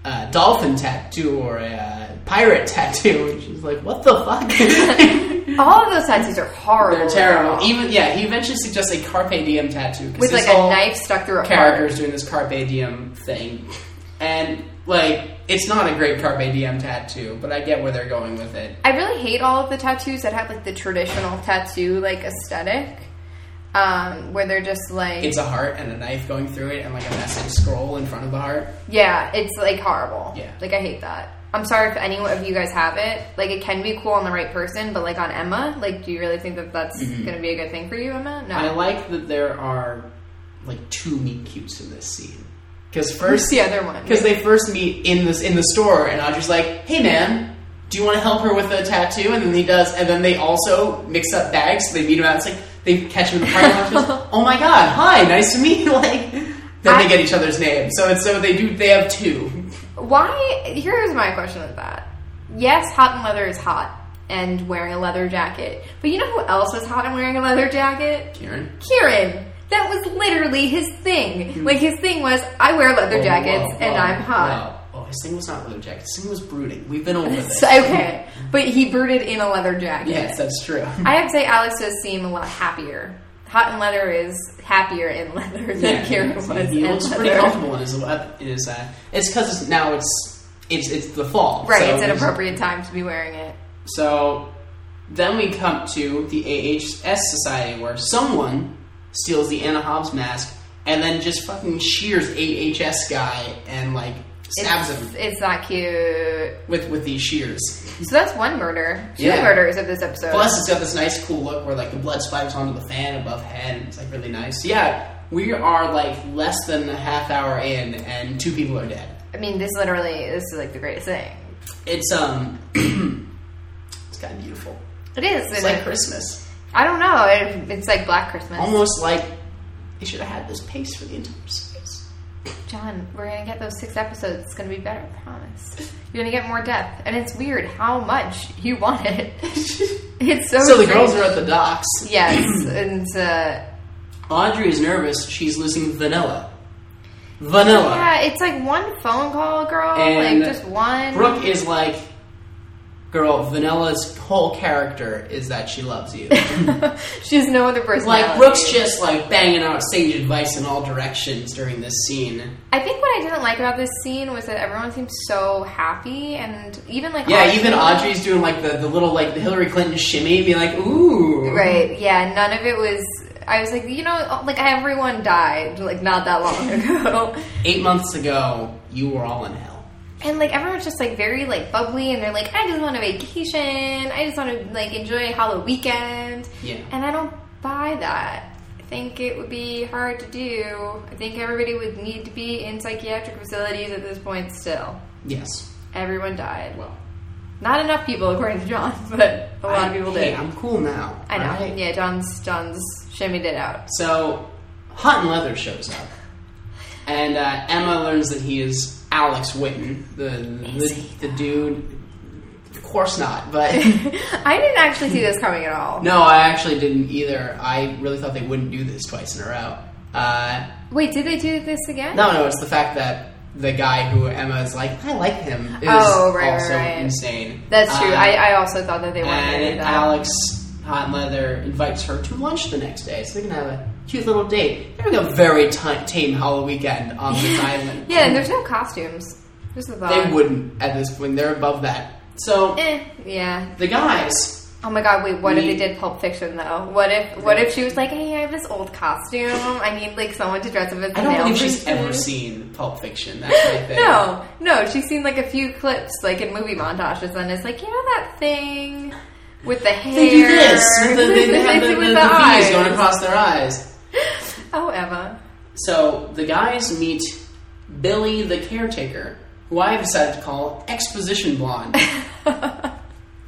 a dolphin tattoo or a uh, pirate <laughs> tattoo, and she's like, what the
<laughs>
fuck? They're
All of those tattoos are horrible.
terrible. Even yeah, he eventually suggests a carpe diem tattoo 'cause
with
this
like a
whole
knife stuck through a heart.
Character's doing this carpe diem thing, and like it's not a great carpe diem tattoo, but I get where they're going with it.
I really hate all of the tattoos that have like the traditional tattoo like aesthetic, um, where they're just like
It's a heart and a knife going through it, and like a message scroll in front of the heart.
yeah, it's like horrible.
Yeah.
like I hate that. I'm sorry if any of you guys have it. Like, it can be cool on the right person, but like on Emma, like, do you really think that that's going to be a good thing for you, Emma? No.
Mm-hmm. I like that there are like two meet cutes in this scene. Because first,
the other one?
because they first meet in this in the store, and Audrey's like, "Hey, man, do you want to help her with a tattoo?" And then he does, and then they also mix up bags. So they meet him out. It's like they catch him in the parking lot. she goes, Oh my god! Hi, nice to meet you. <laughs> Like then
I-
they get each other's names. So it's so they do. They have two.
Why? Here's my question with that. Yes, hot and leather is hot and wearing a leather jacket. But you know who else was hot and wearing a leather jacket?
Karen.
Kieran. That was literally his thing. Like his thing was, I wear leather
Mm-hmm. Oh,
jackets
whoa,
and
whoa,
I'm hot.
whoa. Oh, his thing was not leather jacket. His thing was brooding. We've been over
<laughs>
this.
So, okay, but he brooded in a leather jacket.
yes, that's true.
I have to say, Alex does seem a lot happier. Hot and leather is happier in leather than
Yeah,
Kieran
he-
was
He
in
looks pretty
leather.
comfortable in his. In his uh, it's because now it's it's it's the fall,
Right,
so
it's an
he's-
appropriate time to be wearing it.
So then we come to the AHS Society, where someone steals the Anna Hobbs mask and then just fucking shears AHS guy and like stabs
it's,
him
It's not cute.
with with these shears.
So that's one murder. Two
Yeah.
murders of this episode.
Plus, it's got this nice, cool look where like the blood splatters onto the fan above head, and it's like really nice. Yeah, we are like less than a half hour in, and two people are dead.
I mean, this literally, this is like the greatest thing.
It's um, <clears throat> it's kind of beautiful.
It is.
It's
and
like
it-
Christmas.
I don't know. It, it's like Black Christmas.
almost like they should have had this pace for the entire series.
John, we're gonna get those six episodes. It's gonna be better, I promise. You're gonna get more depth, and it's weird how much you want it. <laughs> it's so.
So the
strange.
girls are at the docks.
Yes, and uh,
Audrey is nervous. She's losing Vanilla. Vanilla.
yeah, it's like one phone call, girl.
And
like just one.
Brooke is like, girl, Vanilla's whole character is that she loves <laughs> you.
<laughs> she has no other personality.
like, Brooke's just like banging out sage advice in all directions during this scene.
I think what I didn't like about this scene was that everyone seemed so happy, and even like
Yeah,
Audrey-
even Audrey's doing like the, the little like the Hillary Clinton shimmy, be like, ooh.
Right. Yeah. None of it was. I was like, you know, like everyone died like not that long <laughs> ago,
Eight months ago, you were all in hell.
and like everyone's just like very like bubbly, and they're like, I just want a vacation. I just want to like enjoy a hollow weekend.
Yeah.
And I don't buy that. I think it would be hard to do. I think everybody would need to be in psychiatric facilities at this point. Still,
Yes.
everyone died.
Well.
Not enough people, according to John, <laughs> but a lot of people
hey,
did.
I'm cool now.
I know.
alright?
Yeah, John's John's shimmied it out. <laughs>
So, Hot and Leather shows up, and uh, Emma learns that he is Alex Witten, the the, the dude. Of course not, but <laughs>
I didn't actually see this coming at all.
no, I actually didn't either. I really thought they wouldn't do this twice in a row. Uh,
Wait, did they do this again?
no, no, it's the fact that the guy who Emma is like, I like him, is
Oh, right, right,
also
right.
insane.
That's true.
Uh,
I, I also thought that they wanted to do
And
that.
Alex Hot and Leather invites her to lunch the next day, so they can have a cute little date. They're having a very ti tame Halloween weekend on
<laughs>
this island.
yeah, and there's no costumes. Just the
They
thought.
wouldn't at this point. They're above that. So
Eh, yeah.
the guys,
Oh my god, wait, what
We-
if they did Pulp Fiction though? What if what if she was like, Hey, I have this old costume. I need like someone to dress up as
I
a
don't
nail
believe she's
person."
ever seen Pulp Fiction. That's
<laughs>
my thing.
No, no, she's seen like a few clips like in movie montages and it's like, you know that thing with the hair.
They do this. with The,
<laughs>
they, they have the,
With
the, the,
eyes.
V's going across their eyes.
Oh Emma. <laughs>
So the guys meet Billy the caretaker, who I've decided to call Exposition Blonde.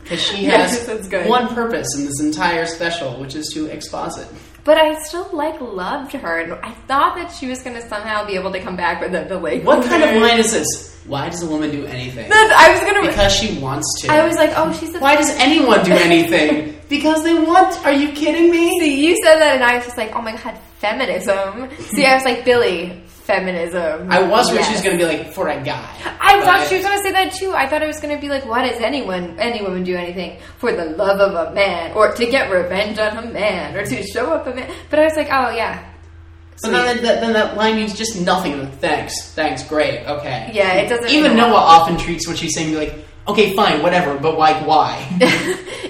Because
<laughs>
she
Yes,
has
that's good.
one purpose in this entire special, which is to exposit.
But I still like loved her, and I thought that she was gonna somehow be able to come back with the, the lake.
What kind of line is this? Why does a woman do anything?
That's, I was gonna.
Because she wants to.
I was like, oh, she's the.
Why does anyone
<laughs>
do anything? because they want. Are you kidding me?
See, you said that, and I was just like, oh my god, feminism. See, I was like, Billy, feminism.
I was worried
Yes.
she was going to be like for a guy.
I thought
but-
she was gonna say that too. I thought it was gonna be like, why does anyone, any woman, do anything for the love of a man, or to get revenge on a man, or to show up a man? But I was like, oh yeah, <laughs>
But then that, that, then that line means just nothing. Like, thanks, thanks, great, okay.
yeah, it doesn't
Even Noah often treats what she's saying be like, okay, fine, whatever, but like, why?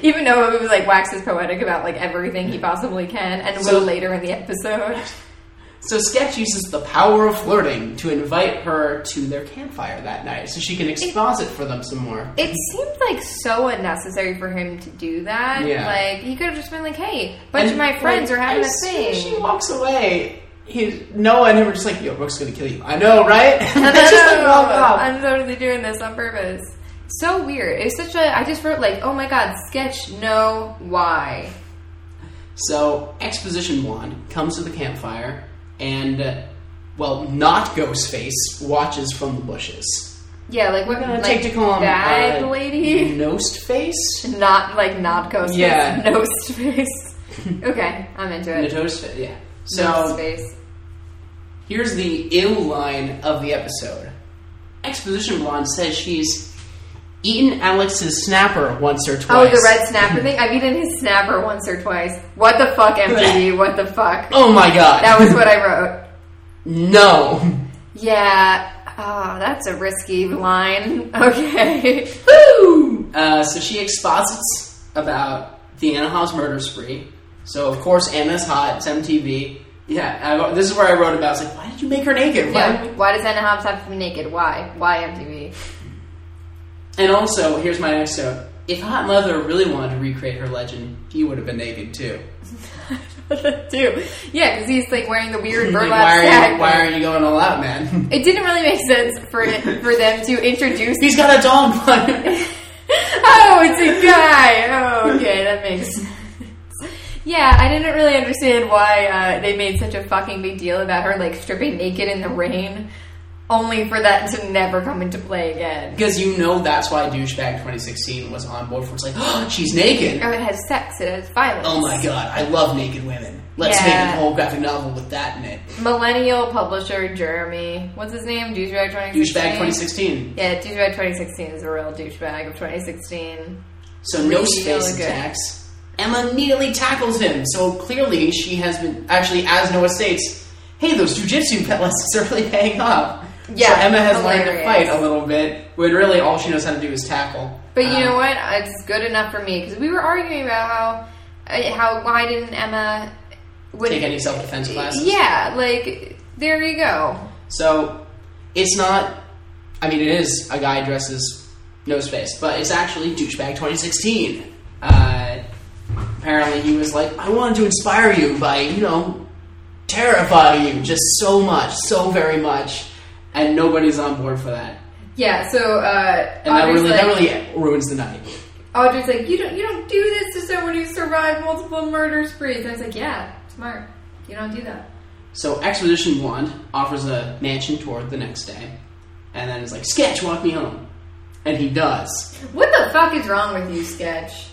Even though it was like waxes poetic about like everything he possibly can, and
So-
will later in the episode.
So Sketch uses the power of flirting to invite her to their campfire that night so she can exposit for them some more.
It seemed like so unnecessary for him to do that.
Yeah.
Like he could have just been like, "Hey, bunch
And,
of my friends
like,
are having a
as soon
thing."
as
<laughs>
she walks away, he, Noah and him are just like, yo, Brooke's gonna kill you. I know, right? And <laughs> they just like, walk off.
I'm totally doing this on purpose. So weird. It's such a. I just wrote like, "Oh my god, sketch. No, why?"
So exposition wand comes to the campfire, and uh, well, not Ghostface watches from the bushes.
Yeah, like we're
I'm gonna take to call him
that
uh,
lady. <laughs>
Ghostface.
Not like not ghost
Yeah.
face, <laughs>
<laughs>
ghost face. okay, I'm into it.
Ghostface. Yeah. So
Ghost face.
Here's the ill line of the episode. Exposition Blonde says she's eaten Alex's snapper once or
Oh,
twice.
the red snapper thing. I've eaten his snapper once or twice. What the fuck, MTV? what the fuck?
Oh my god.
That was what I wrote.
<laughs> no.
Yeah. Oh, that's a risky line. <laughs> Okay.
Woo! Uh, so she exposits about the Anna Hobbs murder spree. So of course Anna's hot. It's MTV. Yeah, I, this is where I wrote about. I was like, why did you make her naked? Why-
Yeah. Why does Anna Hobbs have to be naked? Why? Why MTV? <laughs>
And also, here's my next note. If Hot Mother really wanted to recreate her legend, he would have been naked too.
Too. Yeah, because he's like wearing the weird
Like,
burlap
why are you
sack.
why are you going all out, man? <laughs>
<laughs> It didn't really make sense for it, for them to introduce. <laughs>
He's got a dog bun.
oh, it's a guy. Oh, okay, that makes sense. Yeah, I didn't really understand why uh, they made such a fucking big deal about her like stripping naked in the rain, only for that to never come into play again.
Because you know that's why Douchebag 2016 was on board for it's like, <gasps> oh, she's naked.
Oh, it has sex. It has violence.
Oh my god, I love naked women. Let's
Yeah.
make a whole graphic novel with that in it.
Millennial publisher Jeremy, what's his name? Douchebag twenty sixteen.
Douchebag 2016.
Yeah, douchebag twenty sixteen is a real douchebag of twenty sixteen.
So no
Really
space
good.
attacks. Emma immediately tackles him. So clearly she has been actually, as Noah states, hey, those jujitsu pet lessons <laughs> are really paying off.
Yeah,
so Emma has learned to
hilarious.
fight a little bit, when really all she knows how to do is tackle.
But you
Um,
know what? Uh, It's good enough for me because we were arguing about how uh, how why didn't Emma would
Take any self defense classes.
Yeah, like there you go.
So it's not. I mean, it is a guy dresses no space, but it's actually douchebag 2016. Uh, apparently, he was like, "I wanted to inspire you by you know terrifying you just so much, so very much," and nobody's on board for that.
Yeah. So uh,
And that
Audrey's
really,
like,
that really ruins the night.
Audrey's like, you don't you don't do this to someone who survived multiple murder sprees. And I was like, yeah, smart. You don't do that.
So Exposition Blonde offers a mansion tour the next day, and then is like, "Sketch, walk me home," and he does.
What the fuck is wrong with you, Sketch?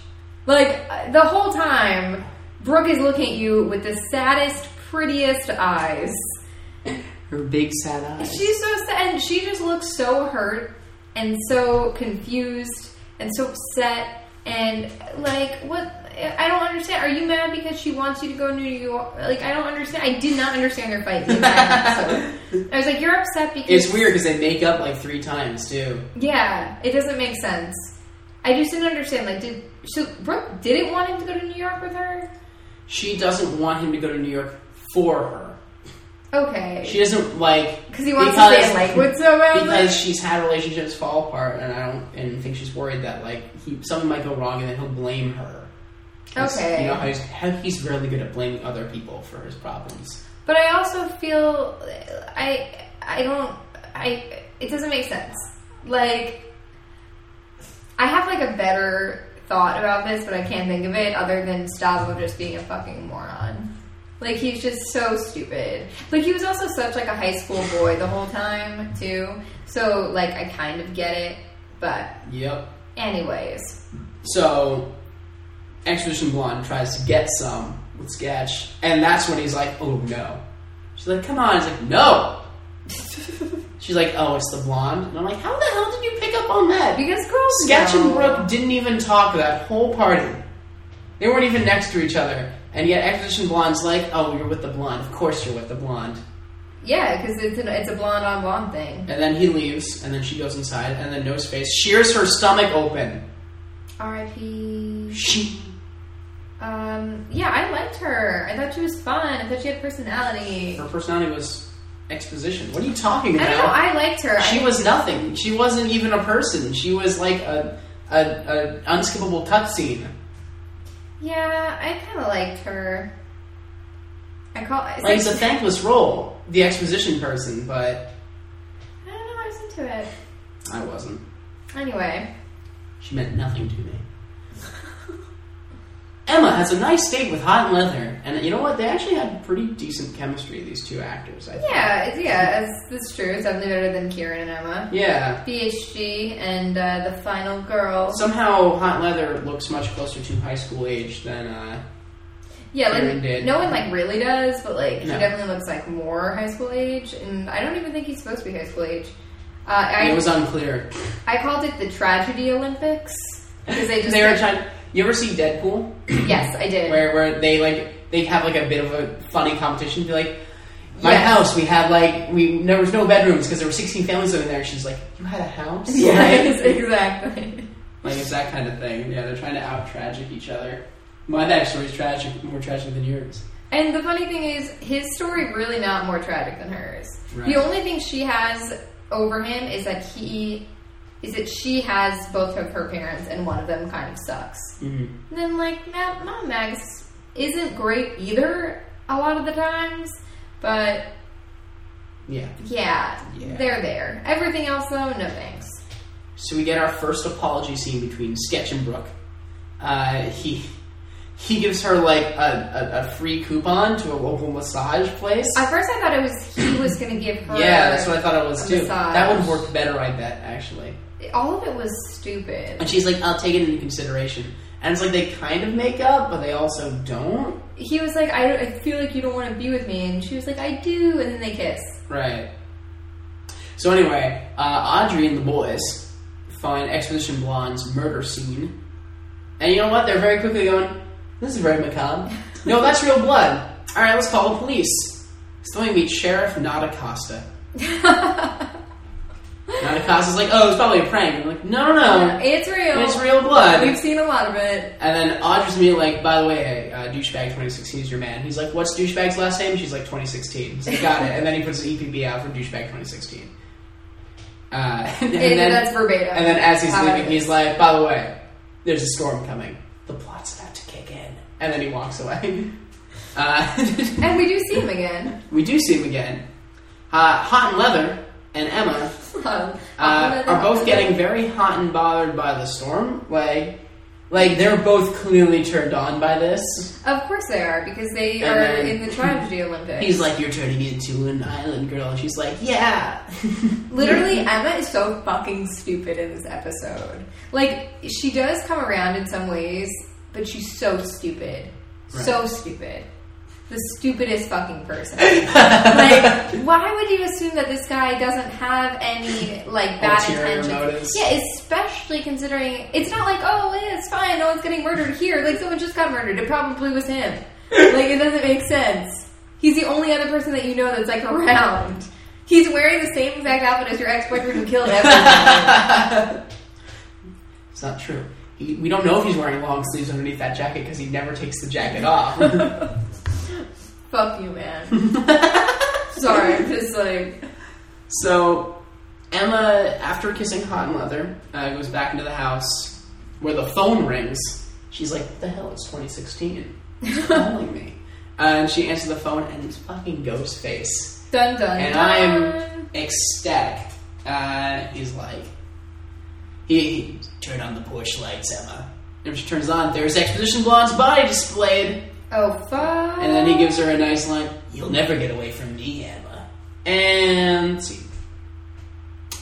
Like, uh, the whole time, Brooke is looking at you with the saddest, prettiest eyes.
Her big sad eyes.
She's so sad, and she just looks so hurt and so confused and so upset. And, like, what? I don't understand. Are you mad because she wants you to go to New York? Like, I don't understand. I did not understand their fight. in that episode. I was like, you're upset because.
It's weird because they make up like three times too.
Yeah, it doesn't make sense. I just didn't understand. Like, did so Brooke didn't want him to go to New York with her?
She doesn't want him to go to New York for her.
Okay,
She doesn't like
because he wants to stay in Lakewood so well.
because she's had relationships fall apart, and I don't and think she's worried that like he something might go wrong and then he'll blame her. 'Cause
Okay.
you know how he's, how he's really good at blaming other people for his problems.
but I also feel I I don't I it doesn't make sense. Like, I have like a better thought about this, but I can't think of it other than Stavo just being a fucking moron. Like he's just so stupid. Like he was also such like a high school boy the whole time too. So like I kind of get it, but
Yep.
anyways,
So, Exposition Blonde tries to get some with Sketch, and that's when he's like, oh no. She's like, come on. He's like, no. She's like, oh, it's the blonde. And I'm like, how the hell did you pick up on that?
because girls
Sketch
know.
and Brooke didn't even talk that whole party. They weren't even next to each other. And yet, Exposition Blonde's like, oh, you're with the blonde. Of course you're with the blonde.
Yeah, because it's an, it's a blonde on blonde thing.
And then he leaves, and then she goes inside, and then No Space shears her stomach open.
R.I.P.
She
Um, yeah, I liked her. I thought she was fun. I thought she had personality.
Her personality was exposition. What are you talking
I
about?
don't know. I liked her.
she
I,
was nothing. She wasn't even a person. She was like a a, a unskippable cutscene.
yeah, I kind of liked her. I call. It's
Like
like,
it's a thankless role, the exposition person, but
I don't know. I was into it.
I wasn't.
Anyway,
She meant nothing
<laughs>
to me. Emma has a nice date with Hot and Leather, and you know what? They actually had pretty decent chemistry. These two actors, I think.
yeah, it's, yeah, it's, it's true. It's definitely better than Kieran and Emma.
Yeah.
BHG and uh, the final girl.
Somehow, Hot and Leather looks much closer to high school age than uh,
yeah,
Kieran
like
did.
no one like really does, but like he
No.
definitely looks like more high school age, and I don't even think he's supposed to be high school age. Uh,
it
I
was unclear.
I called it the tragedy Olympics because they just
They were trying. You ever see Deadpool?
yes, I did.
where where they like they have like a bit of a funny competition to be like my
Yeah.
house we have like we there was no bedrooms because there were 16 families living there she's like you had a house
<laughs> <laughs> Yes,
like,
exactly.
like, it's that kind of thing yeah they're trying to out tragic each other my backstory is tragic more tragic than yours
And the funny thing is, his story really not more tragic than hers.
Right.
The only thing she has over him is that he is that she has both of her parents, and one of them kind of sucks.
Mhm.
And then like Ma- Mom Max isn't great either a lot of the times, but
yeah
yeah,
Yeah.
they're there. Everything else though, no thanks.
so we get our first apology scene between Sketch and Brooke uh, he he gives her like a, a, a free coupon to a local massage place
At first, I thought it was he was going to give her.
yeah that's what I thought it was
a
too
massage.
that would work better I bet actually
All of it was stupid.
And she's like, I'll take it into consideration. And it's like they kind of make up, but they also don't.
he was like, I, I feel like you don't want to be with me. And she was like, I do. And then they kiss.
Right. So anyway, uh, Audrey and the boys find Exposition Blonde's murder scene. And you know what? They're very quickly going, this is very <laughs> macabre. no, that's real blood. All right, let's call the police. So then we meet Sheriff <laughs> Natacosta. Natacosta's like, oh, it's probably a prank. I'm like, no, no, no.
It's
Um,
real.
It's real blood.
We've seen a lot of it.
And then Audrey's me like, by the way, uh, douchebag 2016 is your man. He's like, what's douchebag's last name? She's like 2016. He's like, got it. And then he puts an EPB out for douchebag 2016. Uh, <laughs> and,
It-
then,
that's verbatim.
and then as he's
How it
leaving,
is.
he's like, by the way, there's a storm coming. The plot's about to kick in. And then he walks away. <laughs> Uh, <laughs>
And we do see him again.
we do see him again. Uh, Hot and Leather and Emma
Um,
uh, are both getting very hot and bothered by the storm. Like, like they're both clearly turned on by this.
Of course they are because they
And
are
then-
in the tragedy Olympics.
He's like, you're turning into an island girl. And she's like, yeah.
<laughs>
<laughs>
Literally, Emma is so fucking stupid in this episode. Like, she does come around in some ways, but she's so stupid. So stupid. The stupidest fucking person.
<laughs>
like, why would you assume that this guy doesn't have any, like, bad
Ulterior
intentions?
motives.
Yeah, especially considering it's not like, oh, yeah, it's fine, no one's getting murdered here. Like, someone just got murdered. It probably
<laughs>
was him. like, it doesn't make sense. He's the only other person that you know that's, like, around. He's wearing the same exact outfit as your ex boyfriend who
<laughs>
killed everyone.
<laughs> It's not true. He, we don't know if he's wearing long sleeves underneath that jacket because he never takes the jacket off. <laughs>
Fuck you, man. Sorry, I'm just like.
so Emma, after kissing Hot and Leather, uh, goes back into the house where the phone rings. She's like, what the hell? It's 2016. It's calling me. Uh, And she answers the phone, and it's fucking Ghostface.
Dun dun.
and I am ecstatic. Uh, he's like, he, he turned on the porch lights, Emma. And she turns on. There's Exposition Blonde's body displayed,
Oh, fuck.
and then he gives her a nice line: "You'll never get away from me, Emma." And see.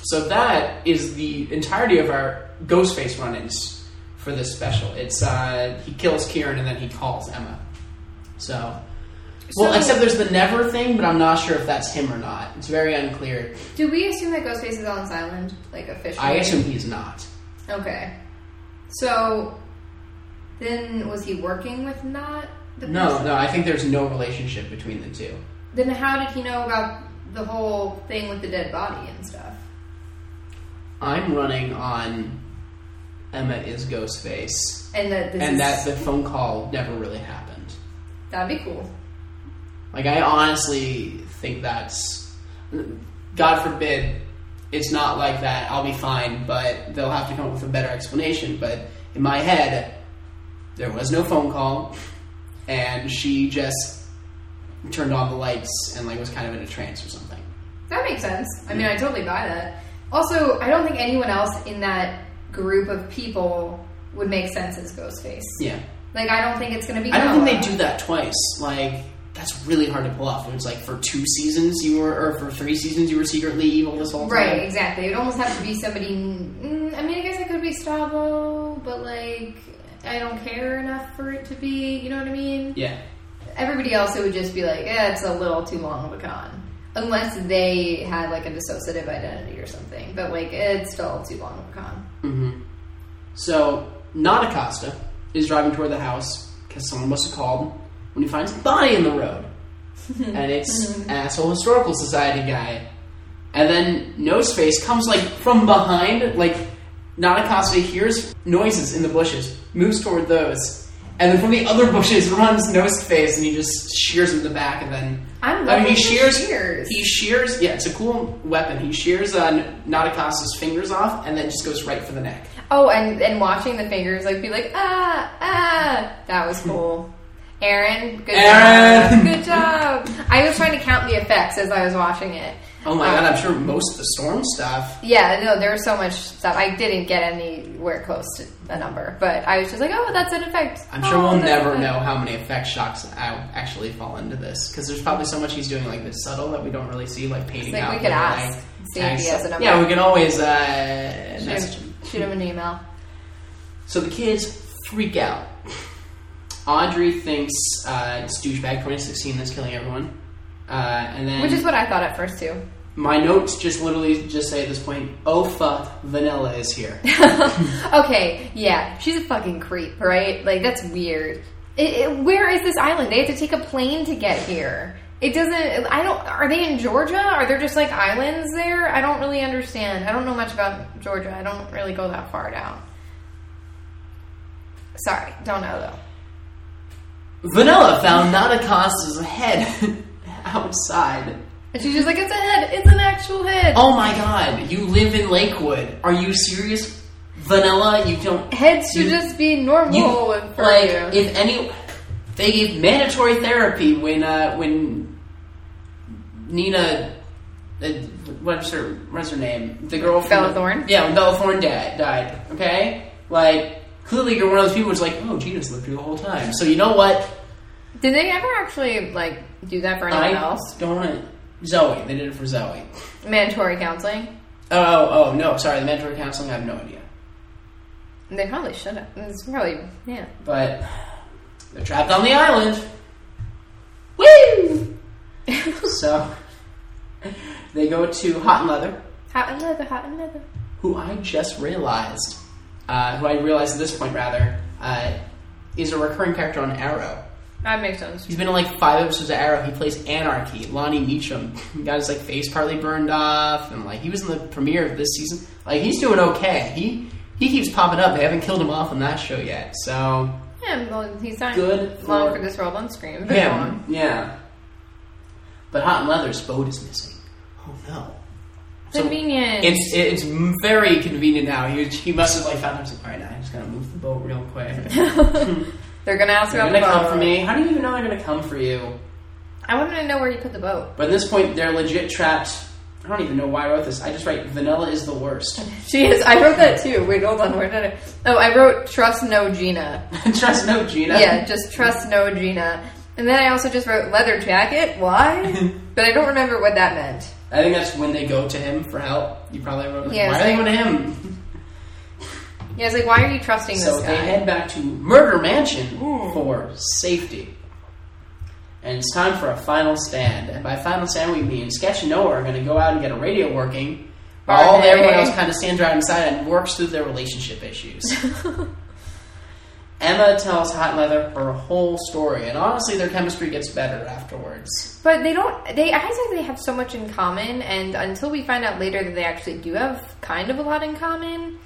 So that is the entirety of our Ghostface run-ins for this special. It's uh, he kills Kieran and then he calls Emma. So. Well,
So-
except there's the never thing, but I'm not sure if that's him or not. It's very unclear.
Do we assume that Ghostface is on this island? Like, officially?
I assume he's not.
Okay. So then was he working with not the
No,
person?
no, I think there's no relationship between the two.
Then how did he know about the whole thing with the dead body and stuff?
I'm running on Emma is Ghostface,
and that this
and
is,
that the phone call never really happened.
that'd be cool.
Like I honestly think that's God forbid it's not like that. I'll be fine, but they'll have to come up with a better explanation. But in my head, there was no phone call, and she just turned on the lights and like was kind of in a trance or something.
That makes sense. I mean, I totally buy that. Also, I don't think anyone else in that group of people would make sense as Ghostface.
Yeah,
Like, I don't think it's going to be.
I don't think
Noah.
they do that twice. Like that's really hard to pull off. It was like for two seasons you were, or for three seasons you were secretly evil this whole time.
Right, exactly. It would almost have to be somebody. Mm, I mean, I guess it could be Stavo, but like, I don't care enough for it to be. You know what I mean?
Yeah.
Everybody else, it would just be like, eh, it's a little too long of a con. Unless they had like a dissociative identity or something, but like, it's still too long of a con.
hmm So, not Acosta is driving toward the house because someone must have called when he finds a body in the road. and it's an asshole historical society guy. And then Noseface comes like from behind, like not Acosta hears noises in the bushes, moves toward those, and then from the other bushes <laughs> runs Noseface and he just shears him in the back and then
I'm
I mean, he
loving the
shears.
shears.
He shears. Yeah, it's a cool weapon. He shears uh, Natacosta's fingers off, and then just goes right for the neck.
Oh, and and watching the fingers like be like ah ah, that was cool. Aaron, good
Hmm. Aaron!
job, good job. I was trying to count the effects as I was watching it.
Oh my god!
Um,
I'm sure most of the storm stuff.
Yeah, no, there was so much stuff. I didn't get anywhere close to a number, but I was just like, oh, that's an effect.
I'm sure
Oh,
we'll
that's
never
an
know
effect.
how many effect shocks out actually fall into this because there's probably so much he's doing like this subtle that we don't really see like painting
Like,
out.
we could
little,
ask,
like,
see if he
tags.
has a number.
Yeah, we can always uh, message
Shoot
him.
him, shoot him an email.
So the kids freak out. Audrey thinks uh, it's douchebag 2016 that's killing everyone, uh, and then
Which is what I thought at first, too.
My notes just literally just say at this point, oh fuck, vanilla is here.
<laughs> Okay, yeah, she's a fucking creep, right? Like that's weird. It, it, where is this island? They have to take a plane to get here. It doesn't. I don't. Are they in Georgia? Are there just like islands there? I don't really understand. I don't know much about Georgia. I don't really go that far down. Sorry, don't know though.
vanilla found Natacosta's head <laughs> outside.
And she's just like, it's a head. It's an actual head.
Oh my god, you live in Lakewood. Are you serious? Vanilla, you don't
Heads should
you-
just be normal
you
for
like
you.
if any they gave mandatory therapy when uh when Nina uh, what's her what's her name? The girl from
Bella Thorne?
Yeah, when Bella Thorne died, died. Okay? Like clearly you're one of those people who's like, oh Gina's lived through the whole time. So you know what?
Did they ever actually like do that for anyone else?
don't want to. Zoe. They did it for Zoe.
Mandatory counseling.
Oh, oh, oh, no. Sorry, the mentor counseling. I have no idea.
They probably should have. It's probably yeah.
But they're trapped on the island. Woo! so they go to Hot and Leather,
Hot and leather, hot and leather.
who I just realized, uh, who I realized at this point rather, uh, is a recurring character on Arrow.
That makes sense.
He's been in like five episodes of Arrow. He plays Anarchy, Lonnie Meacham. He got his like face partly burned off, and like he was in the premiere of this season. Like he's doing okay. He he keeps popping up. They haven't killed him off on that show yet. So
Yeah, well, he's not
Good
long
for-
for this role on screen. But go
yeah,
on.
yeah. But Hot and Leather's boat is missing. Oh no! So
Convenient.
It's it's very convenient now. He he must have like found himself. All right, now I'm just gonna move the boat real
<laughs>
quick.
they're gonna ask
They're gonna
about the boat.
come for me. How do you even know they're gonna come for you?
I wanted to know where you put the boat. <laughs>
But at this point, they're legit trapped. I don't even know why I wrote this. I just write vanilla is the worst. <laughs>
She is. I wrote that too. Wait, hold on. Where did I? Oh, I wrote trust no Gina.
Trust no Gina.
yeah, just trust no Gina. And then I also just wrote leather
<laughs>
jacket. Why? but I don't remember what that meant.
I think that's when they go to him for help. You probably wrote. Like,
Yeah,
why
it's
are they
like-
going to him?
Yeah, it's Hmm. like why are you trusting
So
this
they
guy?
head back to Murder Mansion
Ooh.
for safety. And it's time for a final stand. And by final stand, we mean Sketch and Noah are going to go out and get a radio working. While all
Are they?
everyone else kind of stands right inside and works through their relationship
<laughs>
issues. Emma tells Hot Leather her whole story, and honestly, their chemistry gets better afterwards.
But they don't. They I think they have so much in common, and until we find out later that they actually do have kind of a lot in common,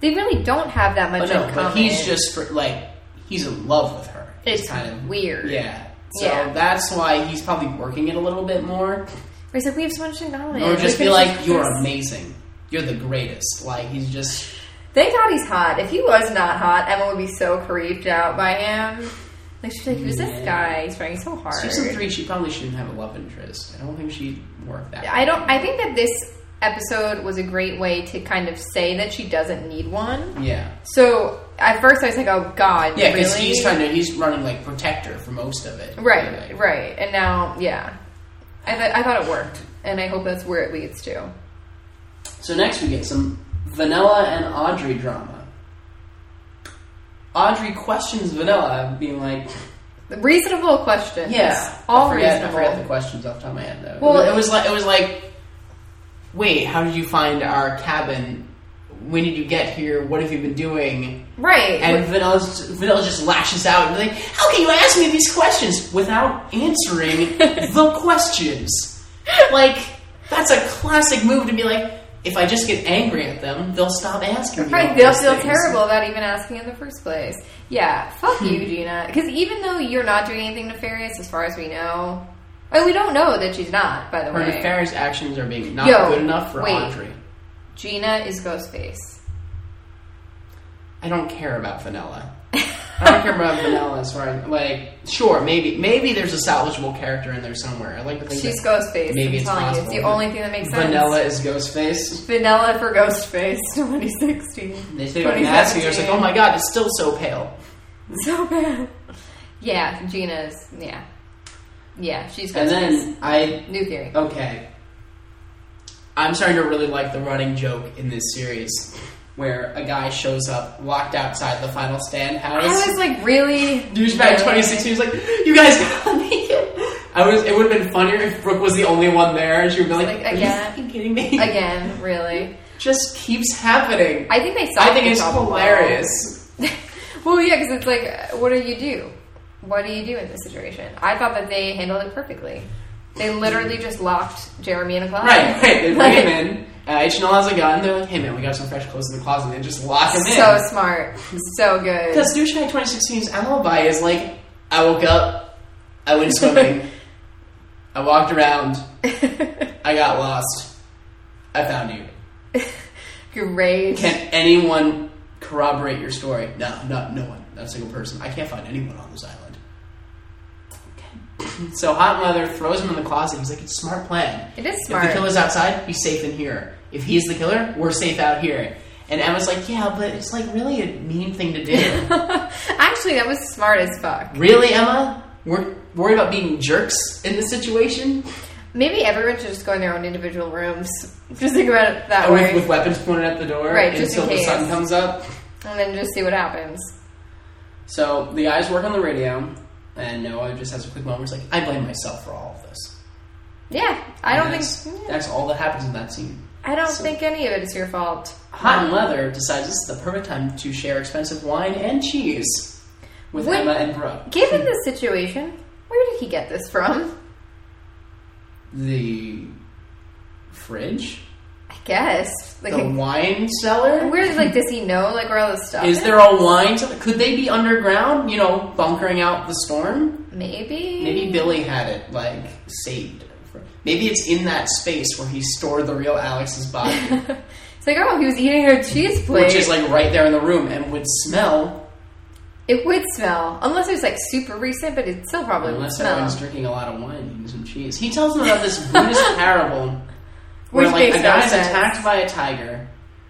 They really don't have that much
But Oh, no,
in common.
but he's just for, like he's in love with her.
it's
kind of
weird.
Yeah. So
Yeah.
that's why he's probably working it a little bit more.
Where he's like, we have so much in common.
Or
We
just be
finished
like, you're
this."
amazing. You're the greatest. Like he's just
<laughs> Thank God he's hot. If he was not hot, Emma would be so creeped out by him. Like she's like, who's this
Yeah.
guy? He's trying so hard.
season oh three. She probably shouldn't have a love interest. I don't think she'd work that.
I don't. I think that this episode was a great way to kind of say that she doesn't need one.
Yeah.
So at first I was like, oh God,
Yeah, because
really?
he's trying to he's running like protector for most of it.
Right, right. And now, yeah, I thought I thought it worked, and I hope that's where it leads to.
So next we get some Vanilla and Audrey drama. Audrey questions Vanilla, being like,
The reasonable questions.
"Yeah,
all
I forget, I forget the
reasonable.
questions off the top of my head though."
Well-
it was like it was like, "Wait, how did you find our cabin? When did you get here? What have you been doing?"
Right.
And Vanilla's, Vanilla just lashes out and be like, "How can you ask me these questions without <laughs> answering the questions?" Like that's a classic move to be like, "If I just get angry at them, they'll stop asking me." all
Right, they'll
these
feel
things."
terrible about even asking in the first place. Yeah, fuck
<laughs>
you, Gina. Because even though you're not doing anything nefarious, as far as we know, oh, we don't know that she's not. By the
Her
way,
nefarious actions are being not
Yo,
good enough for
wait.
Audrey.
Gina is Ghostface.
I don't care about Vanilla. I don't care about Vanilla as far as like sure maybe maybe there's a salvageable character in there somewhere. I like to think
She's
that
Ghostface.
Maybe
I'm
it's
telling you, it's the
possible.
only thing that makes sense.
Vanilla is Ghostface.
Vanilla for Ghostface <laughs> 2016.
They say when asking, I was like,
2017.
oh my god, it's still so pale.
<laughs> So bad. Yeah, Gina's. Yeah. Yeah, she's Ghostface.
And then Oh, I
New theory.
Okay. I'm starting to really like the running joke in this series where a guy shows up locked outside the final stand house.
I was like, really?
Douchebag 2016 was like, You guys gotta make it. <laughs> I was, it would have been funnier if Brooke was the only one there and she would be like,
Like,
Are you
again.
fucking kidding me?
Again, really?
<laughs> Just keeps happening.
I think they saw
I think
it
it's
all along.
hilarious.
<laughs> well, yeah, because it's like, uh, what do you do? What do you do in this situation? I thought that they handled it perfectly. They literally just locked Jeremy in a closet.
Right, right. They bring
Like,
him in. Uh, H&L has a gun. They're like, Hey man, we got some fresh clothes in the closet. And they just lock him in.
<laughs> So smart. So good.
Because douchebag 2016's alibi is like, I woke up, I went
<laughs>
swimming, I walked around, I got lost, I found you.
<laughs> Great.
Can anyone corroborate your story? No, not no one, not a single person. I can't find anyone on this island. Okay. So Hot Leather throws him in the closet. He's like, it's a smart plan.
It is
If the
smart.
killer's outside, he's safe in here. If he's the killer, we're safe out here. And Emma's like, yeah, but it's like really a mean thing to do.
<laughs> <laughs> Actually, that was smart as fuck.
Really, Emma? We're worried about being jerks in this situation?
Maybe everyone should just go in their own individual rooms. <laughs> Just think about it that
Or
way,
with, with weapons pointed at the door
Right, just in
until the
case.
sun comes up?
and then just see what happens.
So the guys work on the radio, and Noah just has a quick moment. where He's like, I blame myself for all of this.
Yeah, I don't
And
think
that's, That's all that happens in that scene.
I don't
so-
think any of it is your fault. Um,
Hot and Leather decides this is the perfect time to share expensive wine and cheese with
Wait.
Emma and Brooke.
Given the situation, where did he get this from?
The fridge?
I guess. Like,
The wine cellar?
where like does he know like where all this stuff
Is there a wine cellar? Could they be underground, you know, bunkering out the storm?
Maybe.
Maybe Billy had it like saved. for- Maybe it's in that space where he stored the real Alex's body,
<laughs> <laughs> it's like oh, he was eating her cheese plate.
which is like right there in the room and would smell
it would smell unless it was like super recent, but it still probably would
unless
smell.
everyone's drinking a lot of wine and eating some cheese. He tells them about this
<laughs>
Buddhist parable where
Which
like
makes
a
no
guy's
sense.
attacked by a tiger,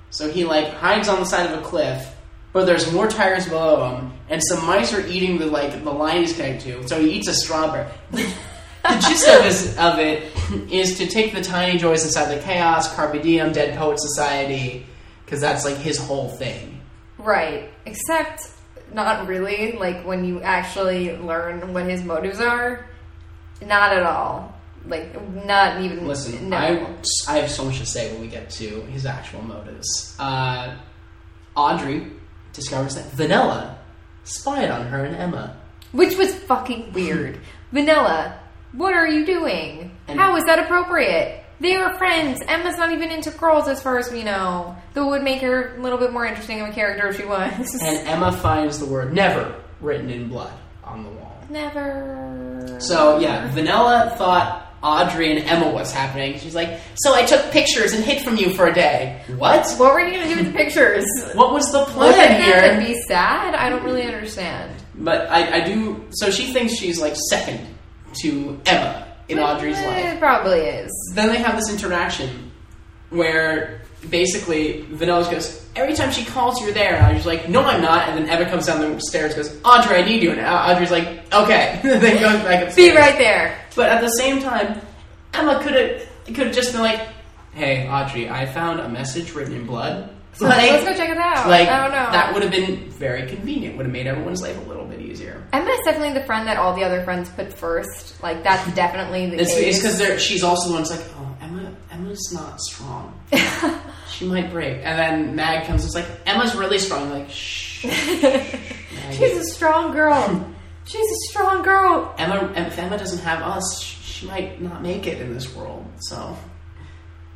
so he like hides on the side of a cliff. But there's more tigers below him, and some mice are eating the like the line he's connected to. So he eats a strawberry.
<laughs>
the gist of, is, of it is to take the tiny joys inside the chaos, Carpe Diem, Dead Poet Society, because that's like his whole thing.
Right. Except not really, like when you actually learn what his motives are. Not at all. Like not even
Listen,
no.
I, I have so much to say when we get to his actual motives. Uh, Audrey discovers that Vanilla spied on her and Emma.
Which
<laughs>
was fucking weird. Vanilla, what are you doing?
And-
How is that appropriate? They were friends. Emma's not even into girls, as far as we know. Though it would make her a little bit more interesting of a character if she was.
And Emma finds the word never written in blood on the wall.
<laughs> Never.
So yeah, Vanilla thought Audrey and Emma was happening. She's like, so I took pictures and hid from you for a day. What?
What were you gonna do with the pictures?
What was the
Look at
plan
them and
here?
be sad? I don't really understand.
But I, I do. So she thinks she's like second to Emma in Audrey's
Eh,
life.
It probably is.
Then they have this interaction where basically Vanilla goes, every time she calls, you're there. And Audrey's like, no, I'm not. And then Emma comes down the stairs and goes, Audrey, I need you. And Audrey's like, okay. <laughs> then goes back upstairs.
Be right there.
But at the same time, Emma could have could have just been like, "Hey, Audrey, I found a message written in blood."
So let's go check it out.
Like
I don't know.
that would have been very convenient. Would have made everyone's life a little bit easier.
Emma's definitely the friend that all the other friends put first. Like that's definitely the
It's
case.
because she's also the one that's like, "Oh, Emma, Emma's not strong. she might break." And then Mag comes, it's like, "Emma's really strong." I'm like, shh.
She's a
<laughs>
strong girl. She's a strong girl.
Emma, if Emma doesn't have us, sh- she might not make it in this world. So,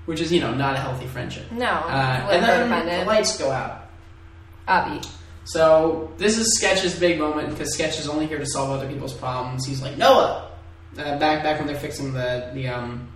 which is you know not a healthy friendship.
No,
Uh,
let
and
her
then
find
the
it.
lights go out.
Abby.
So this is Sketch's big moment because Sketch is only here to solve other people's problems. He's like Noah, uh, back back when they're fixing the the um,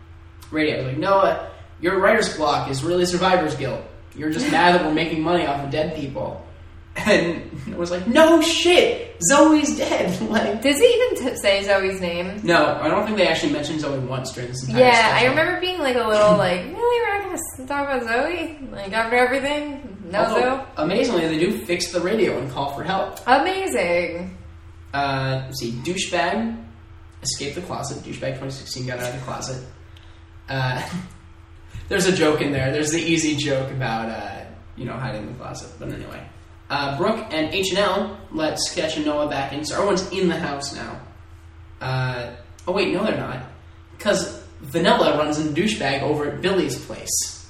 radio. He's like Noah, your writer's block is really survivor's guilt. You're <laughs> just mad that we're making money off of dead people. <laughs> And Noah's like, no shit, Zoe's dead. <laughs> like,
Does he even t- say Zoe's name?
no, I don't think they actually mentioned Zoe once during this entire.
Yeah, I
special.
remember being like a
<laughs>
little like, really, we're not gonna talk about Zoe? Like after everything, no
Although, amazingly, they do fix the radio and call for help.
Zoe. Amazing.
Uh, let's see, douchebag escaped the closet. Douchebag 2016 got out of the closet. Uh, <laughs> there's a joke in there. There's the easy joke about uh, you know hiding in the closet. But anyway, uh, Brooke and H and L let Sketch and Noah back in. So everyone's in the house now. Uh, oh wait, no, they're not, because Vanilla runs into douchebag over at Billy's place.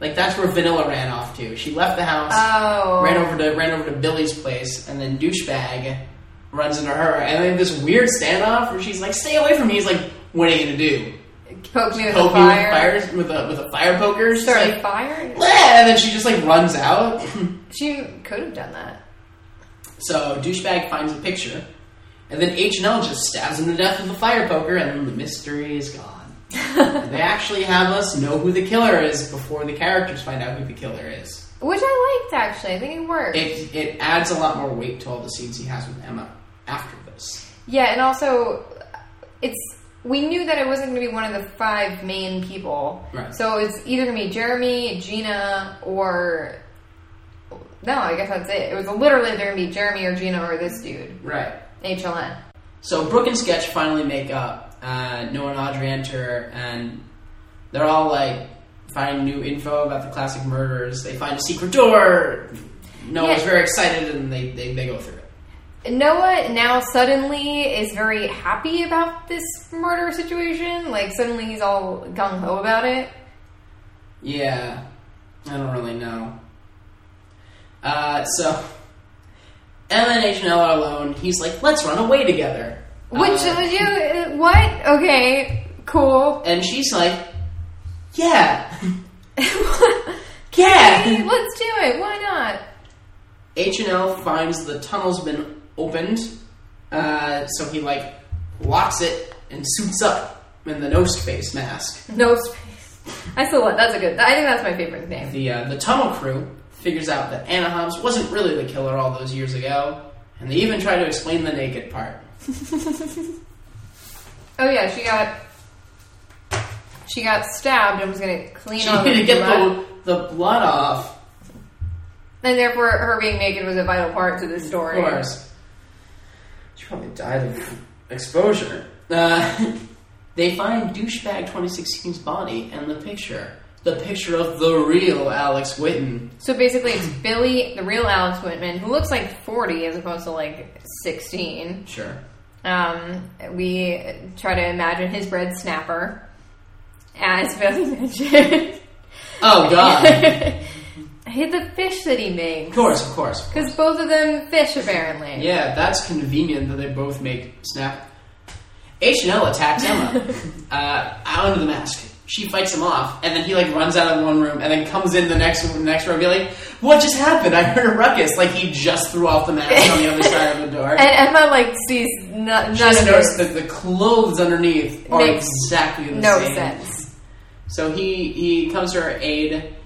Like that's where Vanilla ran off to. She left the house
Oh,
ran over to ran over to Billy's place, and then douchebag runs into her, and they have this weird standoff where she's like, "Stay away from me." He's like, "What are you gonna do?
poke me with
Poke
a
me with
fire.
fires with a with a fire poker?" She's
Started
like,
fire.
"Bleh," and then she just like runs out. <laughs>
She could have done that.
so douchebag finds the picture, and then H and L just stabs him to death with a fire poker, and then the mystery is
<laughs>
gone. they actually have us know who the killer is before the characters find out who the killer is.
Which I liked actually. I think it worked.
It it adds a lot more weight to all the scenes he has with Emma after this.
yeah, and also it's we knew that it wasn't going to be one of the five main people.
Right.
So it's either going to be Jeremy, Gina, or no, I guess that's it. It was literally either going to be Jeremy or Gina or this dude.
Right.
HLN.
So Brooke and Sketch finally make up. Uh, Noah and Audrey enter, and they're all like finding new info about the classic murders. They find a secret door. Noah's
Yeah.
very excited, and they, they, they go through it.
Noah now suddenly is very happy about this murder situation. Like suddenly he's all gung ho about it.
Yeah, I don't really know. Uh, so Emma and H and L are alone. He's like, "Let's run away together."
Which
Uh,
would you uh, what? Okay, cool. <laughs>
and she's like, "Yeah, <laughs> yeah."
Hey, <laughs> let's do it. Why not?
H&L finds the tunnel's been opened, uh, so he, like, locks it and suits up in the nose face mask.
No space. I still want. That's a good. I think that's my favorite name.
The, uh, the tunnel crew figures out that Anna Hobbs wasn't really the killer all those years ago, and they even try to explain the naked part.
Oh yeah, she got. She got stabbed and was going to clean
<laughs> She
all the
needed to get
blood,
the, the blood off,
and therefore her being naked was a vital part to this
of
story.
course. She probably died of exposure. Uh, <laughs> they find douchebag 2016's body and the picture. The picture of the real Alex Whitten.
So basically, it's Billy, the real Alex Whitman, who looks like forty as opposed to like sixteen.
Sure.
Um, we try to imagine his bread snapper, as Billy mentioned.
Oh god.
<laughs> Hit the fish that he
of
makes.
course, of course.
Because both of them fish, apparently.
Yeah, that's convenient that they
<laughs>
both make snap. H and L attacks Emma uh, out under the mask. she fights him off, and then he like runs out of one room, and then comes in the next the next room, and be like, "What just happened? I heard a ruckus!" Like he just threw off the mask on the other side of the door.
<laughs> And Emma like sees no,
She
none
just
of
noticed
this.
that the clothes underneath are
Makes
exactly the
No
same.
sense.
So he he comes to her aid.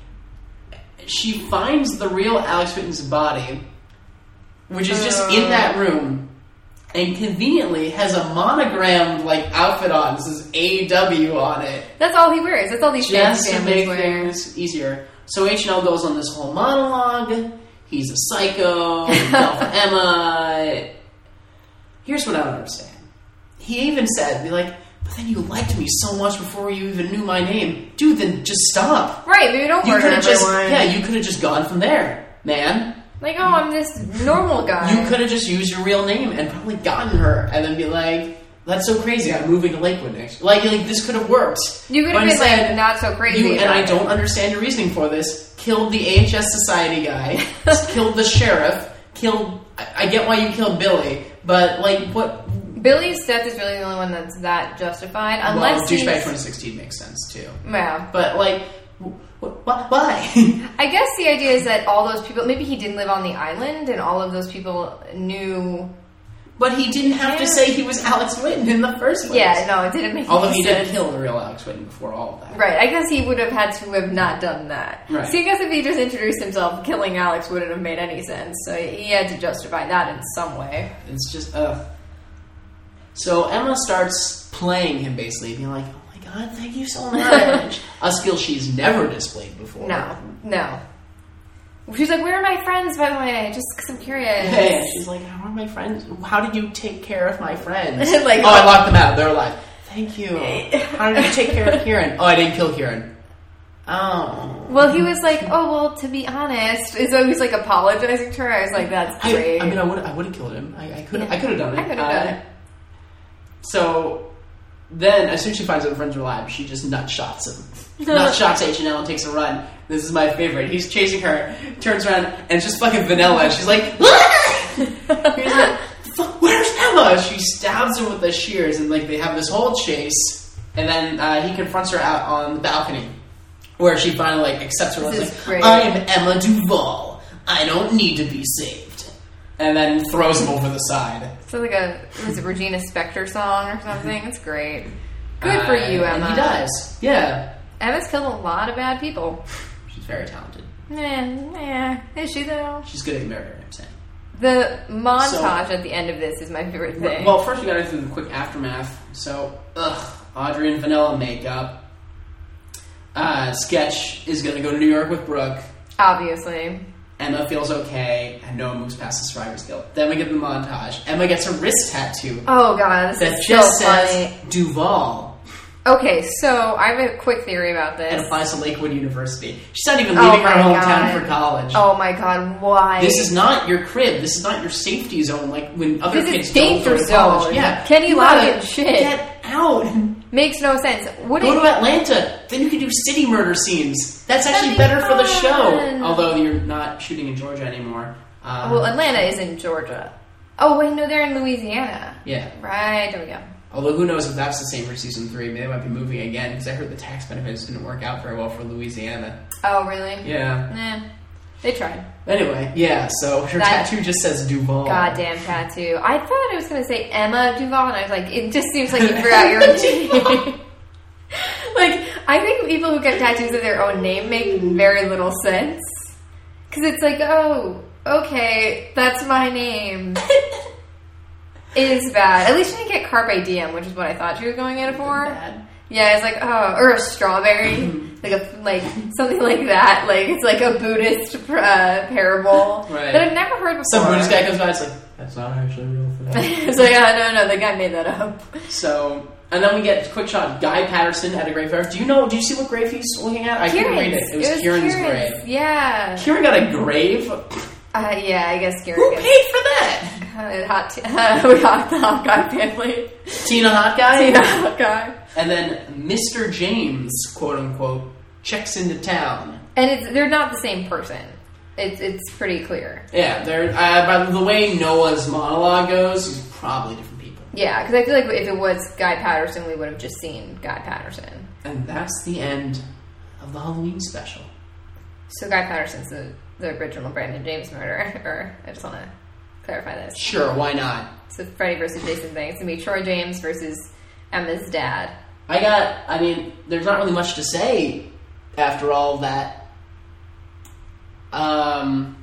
She finds the real Alex Pitton's body, which is just in that room, and conveniently has a monogrammed like outfit on. This is AW on it,
That's all he wears. That's all these
just
fancy
to
families
make
wear.
things easier. So H and L goes on this whole monologue. He's a
<laughs>
psycho. he fell for Emma. Here's what I don't understand. He even said, "Be like." But then you liked me so much before you even knew my name. Dude, then just stop.
Right, we don't
You
work
could have just
everyone.
yeah, you could have just gone from there, man.
like, oh, I'm this normal guy.
You could have just used your real name and probably gotten her, and then be like, "That's so crazy! I'm moving to Lakewood next." Like, like this could have worked.
You could
But
have been
instead,
like not so crazy.
you and
about
I
it.
don't understand your reasoning for this. Killed the AHS Society guy. <laughs> killed the sheriff. Killed. I, I get why you killed Billy, but like what?
Billy's death is really the only one that's that justified,
Well,
unless
douchebag
he's,
2016 makes sense too,
well,
but like, wh- wh- why? <laughs>
I guess the idea is that all those people maybe he didn't live on the island, and all of those people knew.
but he didn't have to
Yeah.
say he was Alex Witten in the first place.
Yeah, no, it didn't make.
Although
any
he
sense.
did kill the real Alex Witten before all of that.
Right, I guess he would have had to have not done that.
Right.
See, I guess if he just introduced himself, killing Alex wouldn't have made any sense. So he had to justify that in some way.
It's just uh. So Emma starts playing him basically, being like, "Oh my god, thank you
<laughs>
so much," a skill she's never displayed before.
No, no. She's like, "Where are my friends, by the way? Just 'cause I'm curious."
Yeah, she's like, "How are my friends? How did you take care of my friends?"
<laughs> Like- uh,
oh, I locked them out. They're alive. Thank you. How did you take care of
<laughs>
Kieran? Oh, I didn't kill Kieran. Oh.
Well, he was like, "Oh, well, to be honest," and so he was like apologizing to her. I was like, "That's
I,
great."
I mean, I would I would have killed him. I, I could I could have done it.
I could have done
Uh,
it.
So then, as soon as she finds out the friends are alive, she just nut shots him.
<laughs>
nut shots H and L and takes a run. This is my favorite. He's chasing her, turns around, and it's just fucking vanilla. She's like, <laughs> "Ah!" <laughs> He's like, "Fuck, where's Emma? She stabs him with the shears, and like they have this whole chase. And then uh, he confronts her out on the balcony, where she finally like accepts her.
This
Like,
is great.
I am Emma Duval. I don't need to be saved. And then throws him over the side.
So like a it was a Regina Spektor song or something. It's great. Good for
Uh,
you,
and
Emma.
He does. Yeah.
Emma's killed a lot of bad people.
She's very talented.
Nah, nah. Is she though?
She's good at American accent.
The montage at the end of this is my favorite thing.
Well, first we gotta do the quick aftermath. So, ugh, Audrey and Vanilla makeup. Uh, Sketch is gonna go to New York with Brooke.
Obviously.
Emma feels okay, and no one moves past the survivor's guilt. Then we get the montage. Emma gets a wrist tattoo
Oh god, this
that
is
just
so
says
funny.
Duval
Okay, so I have a quick theory about
and
this.
applies to Lakewood University. She's not even
Oh
leaving her
my
hometown
God.
for college.
Oh my god, why?
This is not your crib. This is not your safety zone. Like when other
This
kids
is
don't go to
danger
college.
zone.
Yeah,
Kenny
You gotta
Loggins shit.
Get out.
makes no sense. What do
Go
you
to Atlanta. Then you can do city murder scenes. That's actually better
That'd be
for the
fun.
show. Although you're not shooting in Georgia anymore. Um,
Well, uh, Atlanta is in Georgia. Oh wait, no, they're in Louisiana.
yeah.
Right, there we go.
Although who knows if that's the same for season three? Maybe they might be moving again because I heard the tax benefits didn't work out very well for Louisiana.
Oh really?
Yeah.
Nah. They tried.
Anyway, yeah. So her
That-
tattoo just says Duval.
Goddamn tattoo. I thought it was going to say Emma Duval, and I was like, it just seems like you forgot your own name. <laughs> like, I think people who get tattoos of their own name make very little sense. Because it's like, oh, okay, that's my name. Is bad. At least she didn't get Carpe Diem, which is what I thought she was going in for.
Bad.
Yeah, it's like oh, or a strawberry, like a like something like that. Like it's like a Buddhist uh, parable
Right.
that I've never heard before.
Some Buddhist guy comes by. It's like that's not actually real
<laughs>
for that.
it's like oh no no, the guy made that up.
So, and then we get quick shot. Guy Patterson had a grave there. Do you know? Do you see what grave he's looking at? I couldn't read it. It was, Kieran's, grave.
Yeah,
Kieran got a grave.
uh, yeah, I guess Kieran.
Who paid for
gets-
that?
<laughs> Uh, hot, t- uh, we got the hot guy family. <laughs>
Tina Hot Guy.
Tina hot guy,
And then Mr. James, quote unquote, checks into town.
and it's they're not the same person. It's it's pretty clear.
Yeah, there. Uh, by the way, Noah's monologue goes, he's probably different people.
Yeah, because I feel like if it was Guy Patterson, we would have just seen Guy Patterson.
And that's the end of the Halloween special.
So Guy Patterson's the, the original Brandon James murderer. <laughs> Or I just want to clarify this.
Sure, why not?
So Freddy versus Jason thing. It's gonna be Troy James versus Emma's dad.
I got. I mean, there's not really much to say after all that. Um.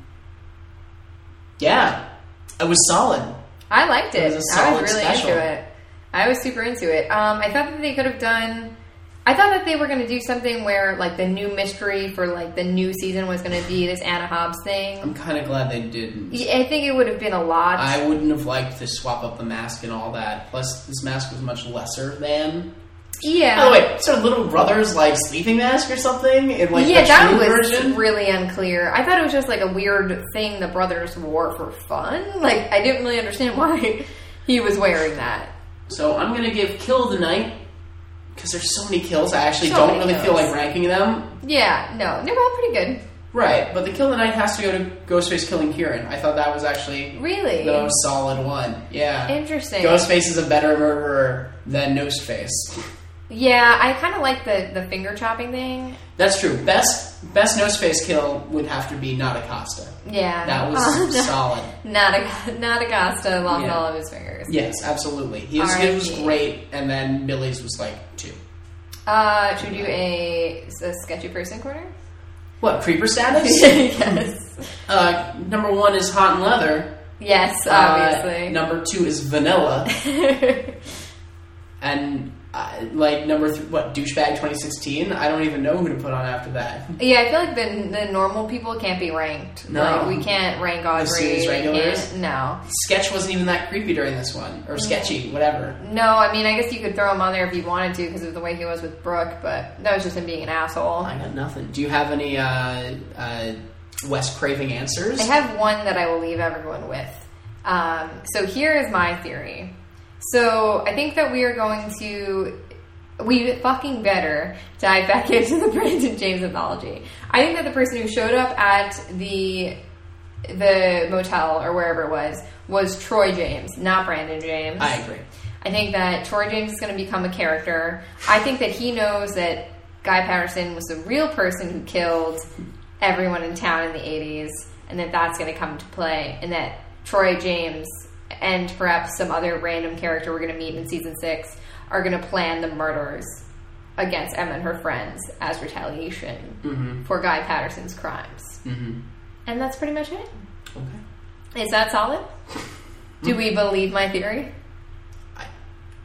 Yeah, it was solid.
I liked it.
It was a
I
solid
was really
special.
into it. I was super into it. Um, I thought that they could have done. I thought that they were going to do something where like the new mystery for like the new season was going to be this Anna Hobbs thing.
I'm kind of glad they didn't.
Yeah, I think it would have been a lot.
I wouldn't have liked to swap up the mask and all that. Plus, this mask was much lesser than.
yeah.
By the way, so Little Brother's like sleeping mask or something in like
yeah,
the
that
true
was
version.
really unclear. I thought it was just like a weird thing the brothers wore for fun. Like I didn't really understand <laughs> why he was wearing that.
So I'm gonna give Kill the Night because there's so many kills. I actually
So
don't
many
really feel
kills.
like ranking them.
Yeah, no, they were all pretty good.
Right, but the Kill the Night has to go to Ghostface killing Kieran. I thought that was actually
Really
the most solid one. Yeah,
interesting.
Ghostface is a better murderer than Noseface.
Yeah, I kind of like the the finger chopping thing.
That's true. Best best Noseface kill would have to be not Acosta.
Yeah, Uh,
That was
Oh,
<laughs> solid.
<laughs> not a not Acosta lost
Yeah.
all of his fingers.
Yes, absolutely. His
R.I.P.
hit was great, and then Billy's was like two.
Uh, should we do a, a sketchy
<laughs>
person corner? <laughs>
What creeper status?
yes,
uh, number one is hot and leather.
yes,
Uh,
obviously.
number two is vanilla, and uh, like number three, what douchebag 2016? I don't even know who to put on after that.
<laughs> yeah, I feel like the the normal people can't be ranked.
No.
like, we can't rank Audrey.
series
we can't-
regulars?
No,
Sketch wasn't even that creepy during this one,
Mm.
or sketchy, whatever.
no. I mean, I guess you could throw him on there if you wanted to because of the way he was with Brooke, but that was just him being an asshole.
I got nothing. Do you have any uh, uh, West craving answers?
I have one that I will leave everyone with. Um, so here is my theory. So I think that we are going to we fucking better dive back <laughs> into the Brandon James anthology. I think that the person who showed up at the the motel or wherever it was was Troy James, not Brandon James.
I agree.
I think that Troy James is going to become a character. I think that he knows that Guy Patterson was the real person who killed everyone in town in the 80s, and that that's going to come to play, and that Troy James and perhaps some other random character we're going to meet in season six are going to plan the murders against Emma and her friends as retaliation
Mm-hmm,
for Guy Patterson's crimes. And that's pretty much it.
Okay.
Is that solid? Do we believe my theory?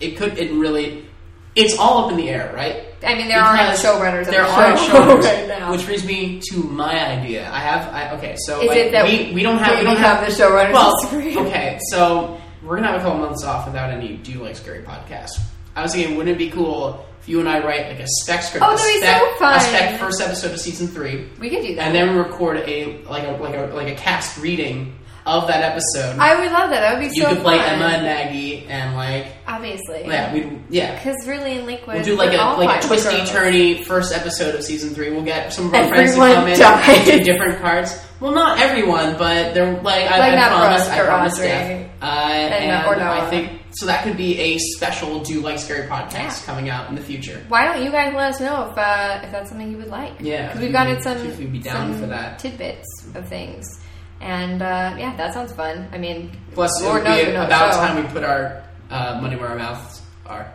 It could. It really. It's all up in the air, right?
I mean, there are no
Because
showrunners. on
There
the
are
show
showrunners
<laughs> right now.
which brings me to my idea. I have. I, okay, so
Is
like,
it that
we, we don't have.
we don't have the showrunners
Well,
disagree?
okay, so we're gonna have a couple months off without any Do You Like Scary podcast. I was thinking, wouldn't it be cool if you and I write like a spec script?
Oh,
a
that'd be
spec,
so fun.
A spec first episode of season three,
we could do that.
and then we record a like a like a like a cast reading of that episode.
I would love that. That would be
you
so
could play
fun.
Emma and Maggie, and like
Obviously.
yeah, we yeah.
Because really, in Lakewood,
We'll do like
we're
a
all
like a
five
twisty
girls.
turny first episode of season three. We'll get some of our friends to
Everyone
come in
dies.
and do different parts. Well, not everyone, but they're like I,
Like
I
not
promise,
Ross
I
or
promise,
Audrey.
Steph. Uh,
And,
and
uh, or
I
Noah.
think so. That could be a special do you like scary podcast
Yeah.
coming out in the future.
Why don't you guys let us know if uh, if that's something you would like?
Yeah,
because we've
if
gotten
you-
some
if you'd be down
some
for that.
tidbits of things, and uh, yeah, that sounds fun. I mean,
Plus, it
Lord
would
knows
be
we know
about
so.
time we put our uh, money where our mouths are.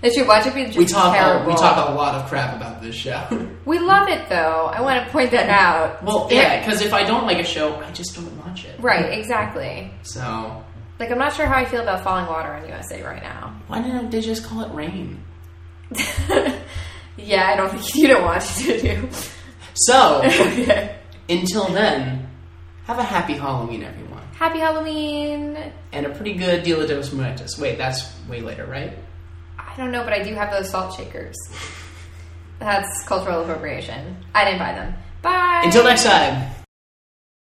They should watch it be just
We talk a,
terrible.
we talk a lot of crap about this show. <laughs>
We love it though. I want to point that out.
well, yeah, because if I don't like a show, I just don't watch it.
Right. Exactly.
So
Like I'm not sure how I feel about Falling Water on USA right now.
why didn't they just call it Rain?
<laughs> yeah, I don't think you don't watch it, do you? <laughs>
So.
okay.
Until then, have a happy Halloween, everyone.
Happy Halloween.
And a pretty good Dia de los Muertos. Wait, that's way later, right?
I don't know, but I do have those salt shakers. That's cultural appropriation. I didn't buy them. Bye.
Until next time.